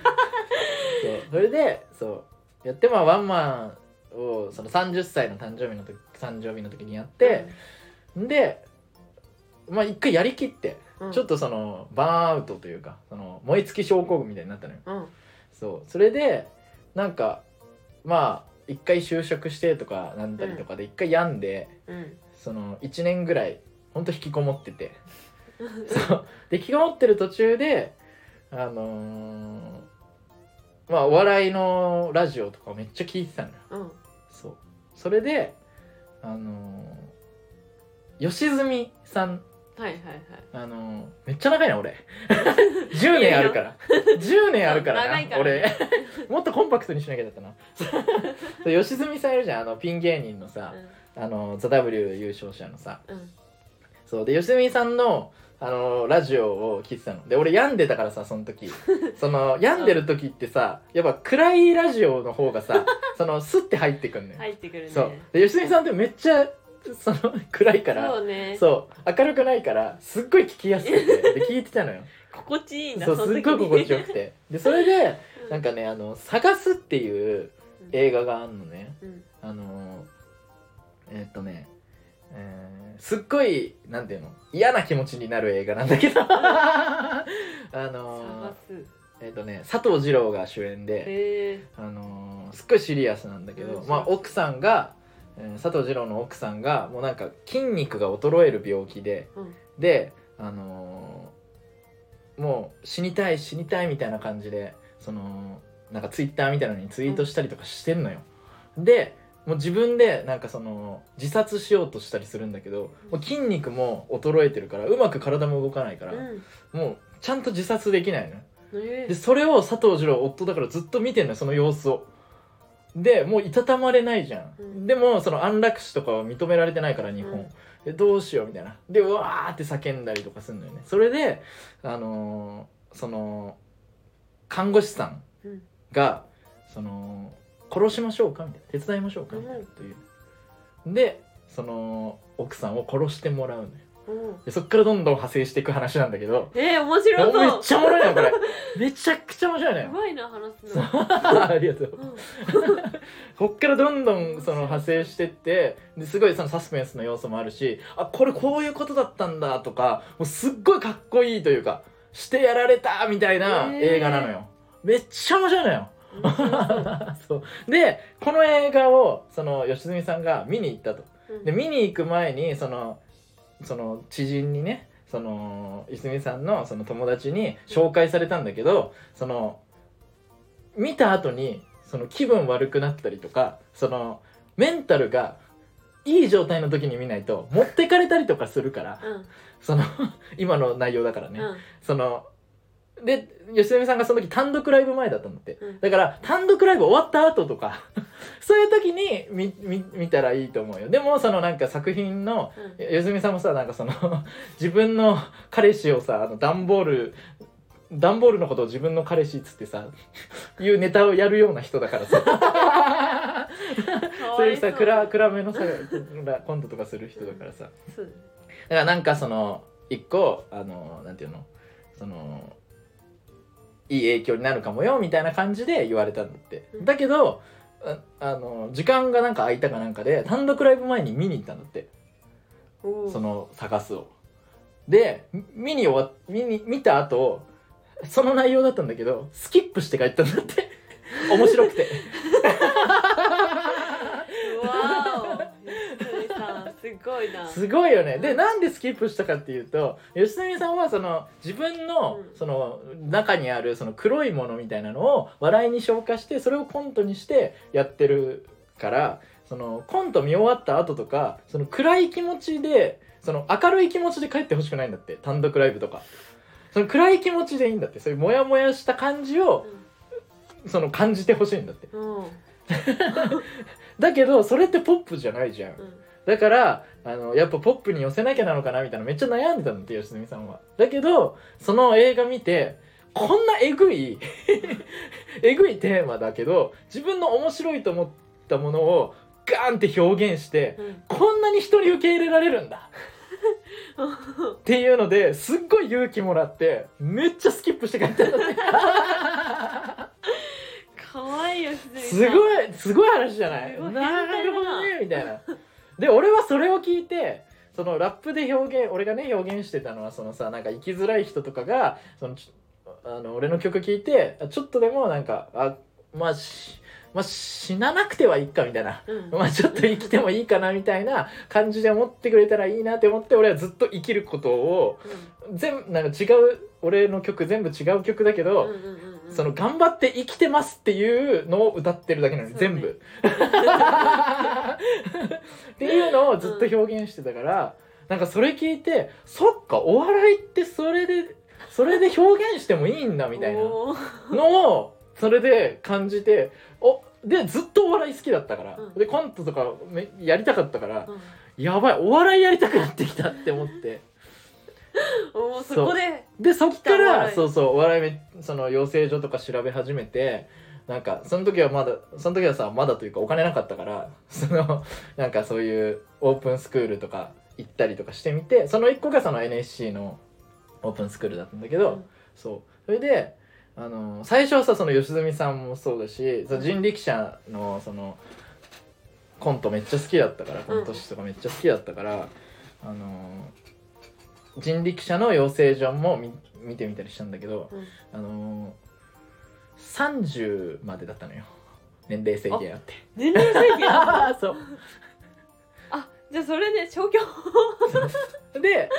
A: それでそうやってまあワンマンをその30歳の誕生日の時誕生日の時にやって、ん、でまあ一回やりきって、
B: うん
A: ちょっとそのバーンアウトというかその燃え尽き症候群みたいになったのよ
B: うん
A: そうそれでなんかまあ一回就職してとかなんだりとかで一回病んで、
B: うん
A: その1年ぐらいほんと引きこもっててそうで引きこもってる途中であのーまあお笑いのラジオとかめっちゃ聞いてたのよ
B: うん
A: そうそれであのー吉住さん
B: はいはいはい
A: あのーめっちゃ長いな俺 10年あるから10年あるからな
B: 長いから
A: 俺 もっとコンパクトにしなきゃだったな そう吉住さんいるじゃんあのピン芸人のさ「あのザ w 優勝者のさ
B: うんうん
A: そうで吉住さんのあのラジオを聞いてたので俺病んでたからさその 時その病んでる時ってさやっぱ暗いラジオの方が さそのスッて入ってくんのよ、
B: 入ってくるね
A: そうで吉住さんってめっちゃその暗いから
B: そうね
A: そう明るくないからすっごい聞きやすくてで聞いてたのよ
B: 心地いいな
A: そうすっごい心地よ
B: い
A: くてでそれでなんかねあの「探す」っていう映画があるのね
B: うん
A: あのえーっとね、えーすっごいなんていうの嫌な気持ちになる映画なんだけど あの
B: 探す
A: えーっとね佐藤二朗が主演で、
B: へえ
A: あのーすっごいシリアスなんだけど、
B: うん
A: まあ、奥さんが、えー佐藤二朗の奥さんがもうなんか筋肉が衰える病気で
B: うん
A: で、あのーもう死にたい死にたいみたいな感じでそのなんかツイッターみたいなのにツイートしたりとかしてんのよ。でもう自分でなんかその自殺しようとしたりするんだけどもう筋肉も衰えてるからうまく体も動かないから、
B: うん
A: もうちゃんと自殺できないのよ。で
B: へえ
A: それを佐藤二朗夫だからずっと見てんのよその様子をでもういたたまれないじゃん、
B: うん
A: でもその安楽死とかは認められてないから日本、
B: うん
A: でどうしようみたいなでうわーって叫んだりとかするのよねそれであのーその看護師さん
B: うん
A: がその殺しましょうかみたいな手伝いましょうかみたいな
B: うん
A: というでその奥さんを殺してもらうのよ
B: うん
A: でそっからどんどん派生していく話なんだけど
B: えー面白
A: めっ
B: そう
A: ちゃおもろいのよこれめちゃくちゃ面白いの
B: う
A: よ
B: まいな話す
A: そう
B: の
A: ありがとう
B: うん
A: こっからどんどんその派生してってですごいそのサスペンスの要素もあるしあこれこういうことだったんだとかもうすっごいかっこいいというかしてやられたみたいな映画なのよ、めっちゃ面白いの よ
B: 面白そう
A: そうでこの映画をその良純さんが見に行ったと
B: うん
A: で見に行く前にそのその知人にねそのいすみさんのその友達に紹介されたんだけどその見た後にその気分悪くなったりとかそのメンタルがいい状態の時に見ないと持ってかれたりとかするから
B: うん
A: その今の内容だからね、
B: うん
A: そので良純さんがその時単独ライブ前だったんだって、
B: うん
A: だから単独ライブ終わった後とか そういう時に見見見たらいいと思うよでもそのなんか作品の
B: うん
A: 良純さんもさなんかその 自分の彼氏をさあの段ボール段ボールのことを自分の彼氏っつってさいうネタをやるような人だ からさ
B: か
A: そう
B: わ
A: い
B: いうそ
A: さ
B: う
A: 暗暗めのさ コントとかする人だからさ
B: そうだね
A: だからなんかその一個あのなんていうのそのいい影響になるかもよみたいな感じで言われたんだって、
B: うん
A: だけどああの時間がなんか空いたかなんかで単独ライブ前に見に行ったんだって、
B: おう
A: その探すをでみ見に終わ見に見た後その内容だったんだけどスキップして帰ったんだって面白くて
B: うわおゆとりさんすごいな
A: すごいよね。で、なんでスキップしたかっていうと、吉純さんはその自分の
B: うん
A: その中にあるその黒いものみたいなのを笑いに消化して、それをコントにしてやってるから、そのコント見終わった後とか、その暗い気持ちで、その明るい気持ちで帰ってほしくないんだって、単独ライブとか。その暗い気持ちでいいんだって、そういうモヤモヤした感じをその感じてほしいんだって。
B: うんうん
A: だけど、それってポップじゃないじゃん
B: う。ん
A: だからあのやっぱポップに寄せなきゃなのかなみたいなめっちゃ悩んでたのって良純さんは。だけどその映画見てこんなえぐい えぐいテーマだけど自分の面白いと思ったものをガーンって表現して
B: うん
A: こんなに人に受け入れられるんだっていうのですっごい勇気もらってめっちゃスキップして帰ったんだって
B: 可愛いよす
A: すごいすごい話じゃない
B: すごい
A: なるほどね
B: 変態だ
A: みたいな。で俺はそれを聞いてそのラップで表現俺がね表現してたのはそのさなんか生きづらい人とかがそのちょあの俺の曲聞いてちょっとでもなんかあまあしまあ死ななくてはいいかみたいな。
B: うん
A: まあちょっと生きてもいいかなみたいな感じで思ってくれたらいいなって思って俺はずっと生きることを全部なんか違う俺の曲全部違う曲だけど、
B: うんうんうんうん
A: その頑張って生きてますっていうのを歌ってるだけなのに、
B: そうね
A: 全部。っていうのをずっと表現してたから、なんかそれ聞いてそっかお笑いってそれでそれで表現してもいいんだみたいな
B: おー
A: のをそれで感じておでずっとお笑い好きだったから、
B: うん
A: でコントとかめやりたかったから、
B: うん
A: やばいお笑いやりたくなってきたって思って。
B: おー
A: そ
B: そうこで
A: でそっか
B: 来たお
A: ら
B: 笑い
A: そうそうお笑いめその養成所とか調べ始めてなんかその時はまだその時はさまだというかお金なかったから そのなんかそういうオープンスクールとか行ったりとかしてみてその一個がその NSC のオープンスクールだったんだけど、
B: うん
A: そうそれであの最初はさその良純さんもそうだしそう
B: うん
A: 人力車のそのコントめっちゃ好きだったからコント師とかめっちゃ好きだったから、あの人力車の養成所も見見てみたりしたんだけど、
B: うん
A: あの30までだったのよ年齢制限あって
B: 年齢制限あ
A: あーそう
B: じゃあそれね消去
A: で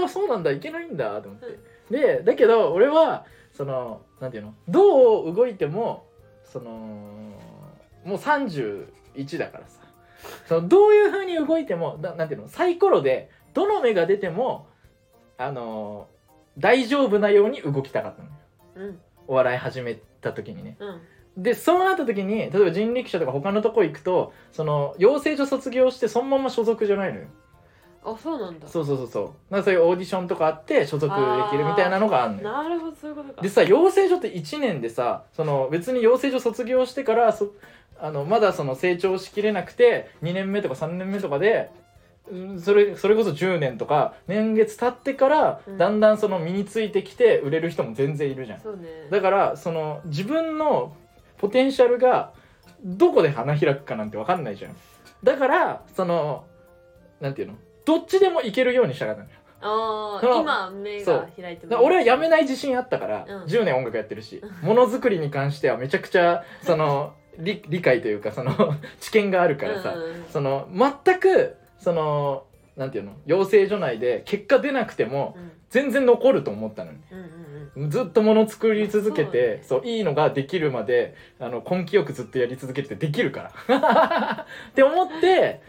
A: おおそうなんだいけないんだと思ってでだけど俺はそのなんていうのどう動いてもそのもう31だからさそのどういうふうに動いてもだなんていうのサイコロでどの目が出てもあの大丈夫なように動きたかったのよ
B: うん
A: お笑い始めた時にね
B: うん
A: でそうなった時に例えば人力車とか他のとこ行くとその養成所卒業してそのまま所属じゃないのよ
B: あそうなんだ
A: そうそうそうそうなんかそういうオーディションとかあって所属できるみたいなのがあるのよ
B: なるほどそういうことか
A: でさ養成所って1年でさその別に養成所卒業してからそあのまだその成長しきれなくて2年目とか3年目とかでうんそれそれこそ10年とか年月経ってから
B: うん
A: だんだんその身についてきて売れる人も全然いるじゃん
B: そうね
A: だからその自分のポテンシャルがどこで花開くかなんて分かんないじゃんだからそのなんていうのどっちでもいけるようにしたかったのよ
B: あ
A: その
B: あ今目が開いて
A: だから俺はやめ
B: な
A: な
B: い
A: い自信あったから、
B: うん
A: 10年音楽やってるしものづくりに関してはめちゃくちゃその理理解というかその 知見があるからさ、その全くそのなんていうの養成所内で結果出なくても全然残ると思ったのに。
B: うんうんうん
A: ずっともの作り続けてそ
B: そ
A: う,、いいのができるまであの根気よくずっとやり続けてできるから って思って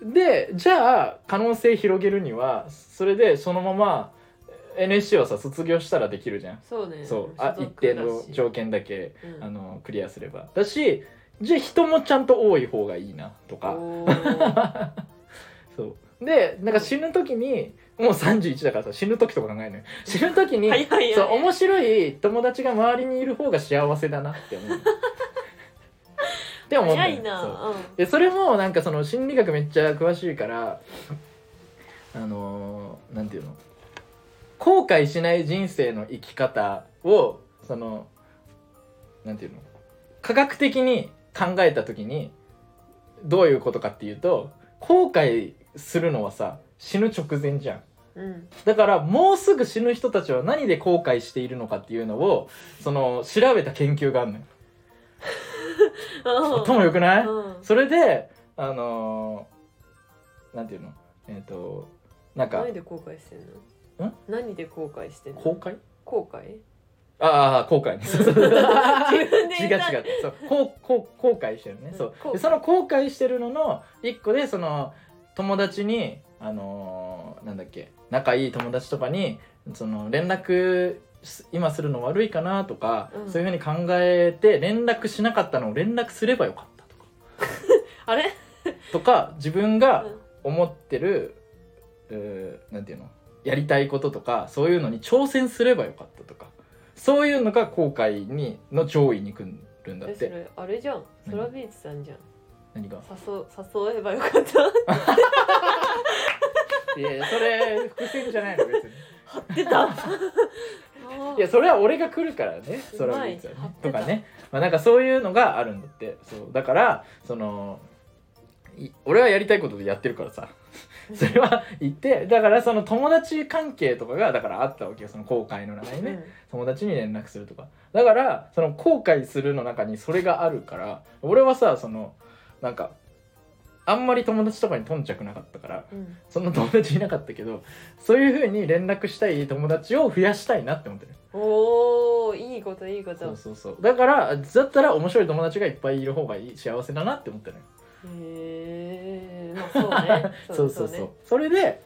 B: うん
A: でじゃあ可能性広げるにはそれでそのまま NSC はさ卒業したらできるじゃん、
B: そうね
A: そうあ一定の
B: 状
A: 条件だけあ
B: の
A: のクリアすればだしじゃあ人もちゃんと多い方がいいなとかそうでなんか死ぬ時にもう31だからさ死ぬ時とか考えないのよ死ぬ時に
B: はいはい
A: そう
B: はい
A: 面白い友達が周りにいる方が幸せだなって 思う。って思うんだ
B: 早
A: よ
B: い
A: そう
B: なうん
A: でそれもなんかその心理学めっちゃ詳しいからあのーなんていうの後悔しない人生の生き方をそのなんていうの科学的に考えた時にどういうことかっていうと後悔するのはさ死ぬ直前じゃん。
B: うん
A: だからもうすぐ死ぬ人たちは何で後悔しているのかっていうのをその調べた研究があるのよ。
B: うん
A: ともよくない
B: うん
A: それであのーなんていうのえっ、となんか
B: 何で後悔してんの
A: ん
B: 何で後悔してんの
A: 後悔
B: 後悔
A: ああ後悔ね。そう そうそう
B: 自分で
A: 違う違
B: 言った
A: うそうこうこう後悔してるね
B: うん
A: そう
B: 後悔
A: でその後悔してるのの一個でその友達にあのーなんだっけ仲いい友達とかにその連絡す今するの悪いかなとか、
B: うん
A: そういうふうに考えて連絡しなかったのを連絡すればよかったとか
B: あれ
A: とか自分が
B: うん
A: 思ってる、うーなんていうのやりたいこととかそういうのに挑戦すればよかったとかそういうのが後悔にの上位にくるんだっ
B: えそ
A: て
B: れあれじゃん
A: 何
B: ソラビーチさんじゃん
A: 何が
B: 誘誘えばよかった
A: いやそれ伏線じゃないの別に
B: 出た
A: いやそれは俺が来るからね
B: う
A: それは
B: まい
A: 別に
B: 張って
A: と
B: た
A: かね、まあ、なんかそういうのがあるんだってそうだからそのい俺はやりたいことでやってるから さそれは言ってだからその友達関係とかがだからあったわけよその後悔の中にね、友達に連絡するとかだからその後悔するの中にそれがあるから俺はさそのなんかあんまり友達とかに頓着なかったから
B: うんうん
A: そんな友達いなかったけどそういう風に連絡したい友達を増やしたいなって思ってる
B: おおいいこといいこと
A: そうそうそうだからだったら面白い友達がいっぱいいる方がいい幸せだなって思ってる
B: へえまあ そうね
A: そうそうそうそれで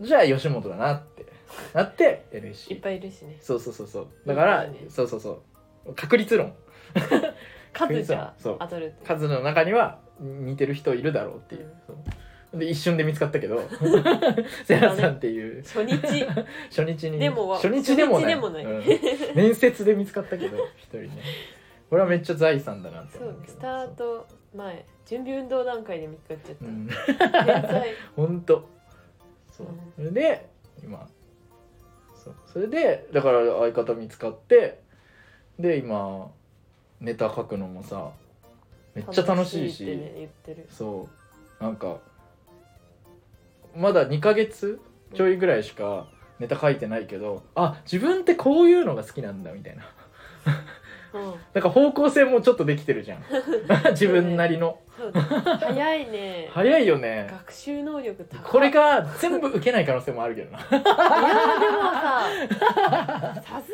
A: じゃあ吉本だなってなって LC
B: いっぱいいるしね
A: そうそうそうそうだから
B: いいね
A: そうそうそう確率論
B: 数じゃ
A: そう
B: 当たるって
A: 数の中には似てる人いるだろうっていう、そうで一瞬で見つかったけ ど セラさんっていう
B: 初日
A: 初日に
B: でも
A: 初日でもない
B: 初日でも ない
A: うん面接で見つかったけ ど一人ねこれはめっちゃ財産だなって
B: そ
A: 思う
B: う
A: けど
B: スタート前準備運動段階で見つかっちゃっ
A: う
B: た
A: ん
B: 天才
A: ほんとそう、で今そうそれでだから相方見つかってで今ネタ書くのもさ めっちゃ楽しいし
B: 楽ってね言ってる
A: そうなんかまだ2ヶ月ちょいぐらいしかネタ書いてないけどあ自分ってこういうのが好きなんだみたいな
B: うん
A: なんか方向性もちょっとできてる じゃん自分なりの
B: そうだ早いね
A: 早いよね
B: 学習能力高い
A: これが全部受けない可能性もあるけどな
B: いやでもささすがに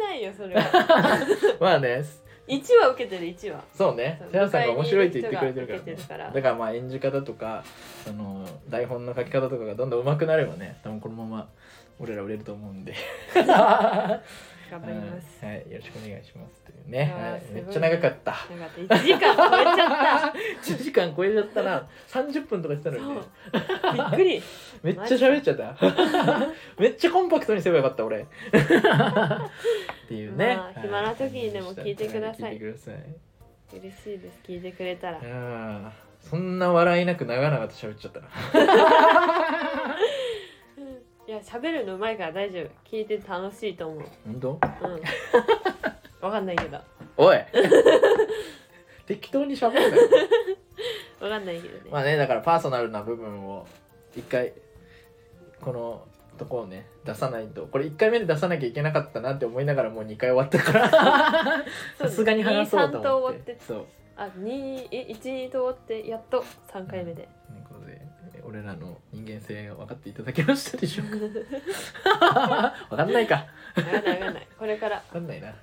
B: ないよそれは
A: まあね
B: 1話受けてる1話
A: そうね
B: そう
A: セラさんが面白いって言ってくれてるから,、
B: 向かいにいる人が受けてるから
A: だからまあ演じ方とかその台本の書き方とかがどんどん上手くなればね多分このまま俺ら売れると思 うんで
B: 頑張ります
A: はい、よろしくお願いしますというね、
B: あー
A: はい
B: すごい
A: め
B: ね
A: っちゃ長かった
B: なんか1時間超えちゃっ
A: 1時間超えちゃったな30分とかしたのにね
B: たびっくり
A: めっちゃ喋っちゃっためっちゃコンパクトにすればよかった俺っていうね、
B: まあ暇な時にでも聞いてください
A: 聞いてください
B: 嬉しいです聞いてくれたら
A: あーそんな笑いなく長々と喋っちゃったな
B: いや喋るのうまいから大丈夫聞いてて楽しいと思う
A: 本当
B: うんわかんないけどわ
A: お い適当に喋るなよ
B: かんないけどね、
A: まあねだからパーソナルな部分を一回このとこをね出さないとこれ1回目で出さなきゃいけなかったなって思いながらもう2回終わったからさ
B: そうね
A: すがに話そうと
B: 二三と
A: 思っ
B: 終わ
A: て
B: って
A: そう
B: あ二え一二と終わってやっと三回目で
A: ということでえ俺らの人間性が分かっていただけましたでしょうか 分かんないか
B: わかんないわかんないこれから
A: 分かんないな、う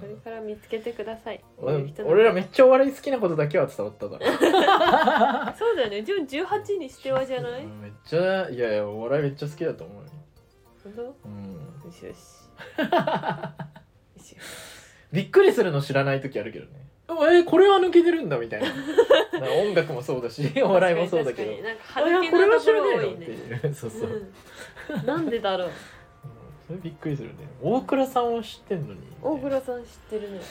B: これ
A: ん
B: から見つけてくださいこういう
A: 俺
B: 人、
A: 俺らめっちゃお笑い好きなことだけは伝わっただろ
B: そうだよねうちも18に してはじゃな
A: う
B: い
A: んめっちゃいやいやお笑いめっちゃ好きだと思うよ、
B: 本当
A: うん、
B: よしよしよしよし
A: びっくりするの知らない時あるけどねえーこれは抜けてるんだみたい ななんか音楽もそうだし お笑いもそうだけど
B: 確かに
A: あ
B: なんか
A: いや
B: はけ
A: これ
B: の
A: は
B: と
A: 知
B: こ
A: ら
B: ろ
A: ねえの
B: 多い
A: って
B: ね
A: いう そうそう、うん
B: うんなんでだろう
A: それびっくりするね大倉さんは知ってんのに、
B: 大黒さん知ってるね
A: うん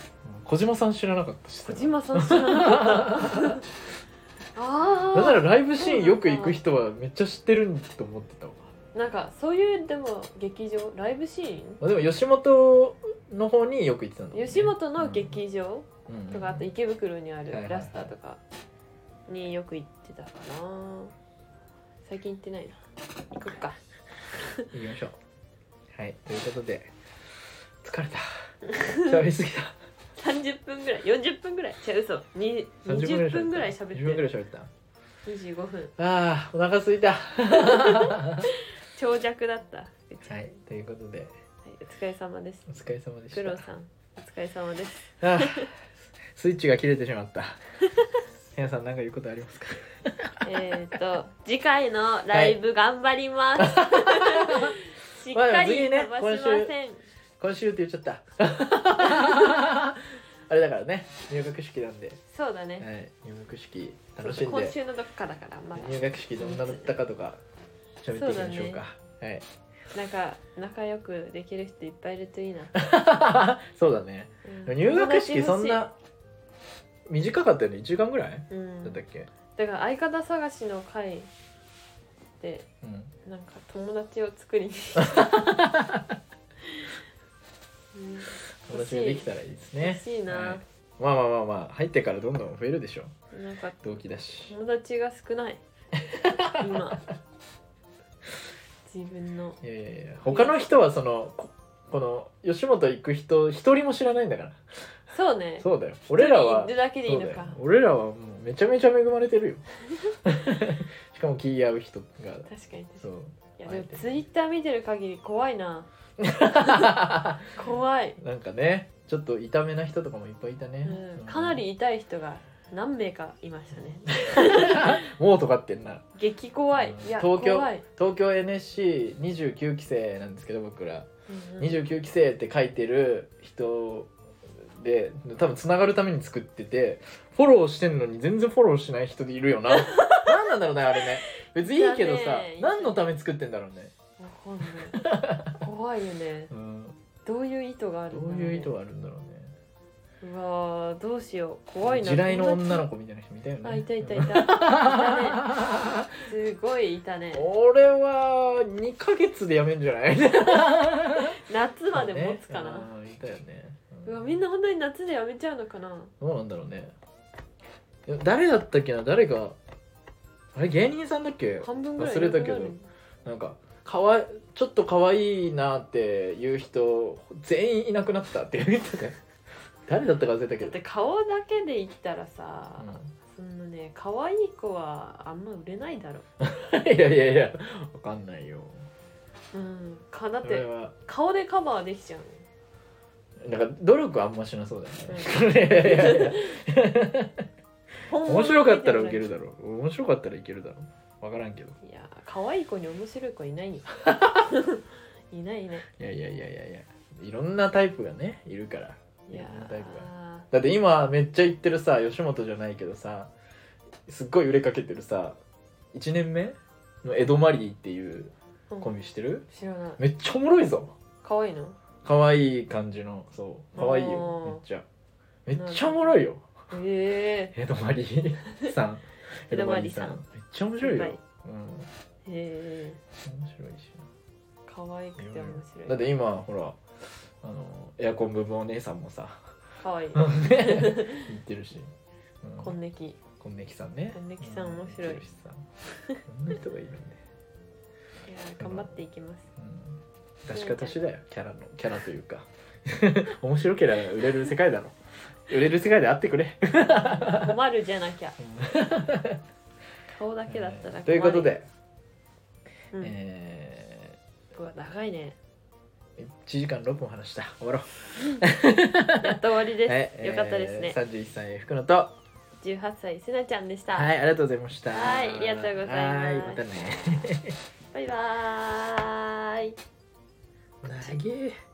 A: 小島さん知らなかったし
B: 小島さん知らなかったあ
A: だか
B: あ
A: らライブシーンよく行く人はめっちゃ知ってると思ってたわ、
B: なんかそういうでも劇場ライブシーン
A: まあ、でも吉本の方によく行ってたんだもんね、
B: 吉本の劇場とかあと
A: うん
B: 池袋にあ
A: は
B: る
A: いはいはい
B: ラスターとかによく行ってたかな最近行ってないな行こっか
A: 行きましょうはいということで疲れ た喋りすぎた
B: 30分ぐらい40分ぐらい違う嘘に20分ぐらい喋って
A: 20分ぐら
B: る
A: い喋った
B: 25分
A: あーお腹すいたは
B: 長尺だったうちはい
A: いということで
B: お疲れ様です
A: お疲れ様でした
B: プロさんお疲れ様です
A: あースイッチが切れてしまった 皆さん何か言うことありますか
B: えっと次回のライブ頑張ります、 しっかり飛ばしません、
A: 今週って言っちゃった あれだからね入学式なんで、は
B: そうだね
A: い、入学式楽しん
B: 今
A: で
B: 週のどっかだからまだ
A: 入学式どんなだったかとか喋っていきましょうかはい
B: なんか仲良くできる人いっぱいいるといいな、
A: そうだね
B: う ん
A: 入学式そんな短かったよね1時間ぐらい
B: うん
A: だった
B: だ
A: っけ、
B: から相方探しの会で
A: うん、
B: なんか友達を 作りにうん欲し
A: 私
B: い
A: ができたらいいですね
B: 欲しいな
A: はいまあまあまあまあ入ってからどんどん増えるでしょう
B: なんか
A: 同期だし
B: 友達が 少ない今自分の
A: いやいやいや他の人はそのここの吉本行く人一人も知らないんだから
B: そうね
A: そうだよ俺ら
B: 一人
A: はい
B: るだけでい
A: そ
B: いう
A: だ
B: の
A: よ
B: か
A: 俺らはもうめちゃめちゃ恵まれてるよ しかも気合う人が
B: 確かに確か
A: そ
B: に
A: う
B: いやでもツイッター見てる限り怖 いな
A: な
B: 怖い、
A: んかねちょっと痛めな人とかもいっぱいいたね、
B: うん、かなり痛い人が何名かいましたね
A: もうとかってんな
B: 激怖い
A: うん
B: いや
A: 東京
B: 怖い、
A: 東京 NSC29 期生なんですけど僕ら、
B: うんうん
A: 29期生って書いてる人で多分つながるために作っててフォローしてんのに全然フォローしない人いる よな何なんだろうねあれね別にいいけど
B: だ
A: さ
B: ね
A: 何のために作ってんだろうね、
B: わかんない怖いよね
A: うん、
B: どういう意図がある
A: ど
B: んだ
A: う
B: ろ
A: いう意図があるんだろうね
B: うわーどうしよう怖いな
A: 地雷の
B: 友達
A: 女の子みたいな人見たよね
B: あいたいたいたい たねすごいいたね
A: 俺は2ヶ月でやめんじゃない
B: 夏まで持つかな、
A: うんいたよね
B: うわみんな本当に夏でやめちゃうのかな
A: どうなんだろうねいや誰だったっけな誰があれ芸人さんだっけ
B: 半分ぐらい
A: 忘れたけど
B: いなくなる
A: なんかかわいちょっと可愛いなっていう人全員いなくなったって言ってた ね誰だったか忘れたけ
B: だっ
A: ど、
B: て顔だけで言ったらさ、
A: う
B: そんなね可愛い子はあんま売れないだろ
A: ん いやいやいやわかんないよ
B: うんかだっ
A: それ
B: て
A: は
B: 顔でカバーできちゃう
A: なんか努力はあんましなそうだよね、 いやいやいや
B: 本物
A: 面白か ったらウケるだろう面白かったらいけるだろうわからんけど
B: いや可愛い子に面白い子 いないよいないいない
A: いやいやいやいやいやいろんなタイプがねいるから
B: いや
A: いろんなタイプが
B: ー
A: だって今めっちゃ言ってるさ吉本じゃないけどさすっごい売れかけてるさ1年目のエドマリーっていう
B: うん
A: コンビしてる、
B: 知らない
A: めっちゃおもろいぞ
B: 可愛いの
A: 可愛い感じのそう可愛い
B: おー
A: よめっちゃめっちゃおもろいよ
B: え
A: エドマリーさ ん
B: エドマリーさん
A: エドめっちゃ面白いよ、
B: はい
A: うん
B: ええ
A: 面白いし
B: え可愛くて面白い
A: だって今ほらあのエアコン部分お姉さんもさ
B: 可愛い
A: 言ってるし、うん
B: こんねき
A: こんねきさんね。
B: こんねきさん面白
A: こん
B: い
A: ねきさんこんな人がいるんで。
B: いやー頑張っていきます
A: うん。出し方次第よ、キャラの、キャラというか。 面白ければ売れる世界だろ。売れる世界であってくれ。
B: 困るじゃなきゃ顔だけだったら困る
A: ということ、で、
B: うん
A: え
B: うわ長いね
A: ー、1時間6分話した。終わろう。
B: やっと終わりです、
A: はい
B: よかったですね
A: えー31歳、福野と。は
B: 18歳せなちゃんでした、
A: い、ありがとうございました。
B: はいありがとうございます
A: はいまたね。
B: バイバーイ
A: なげえ。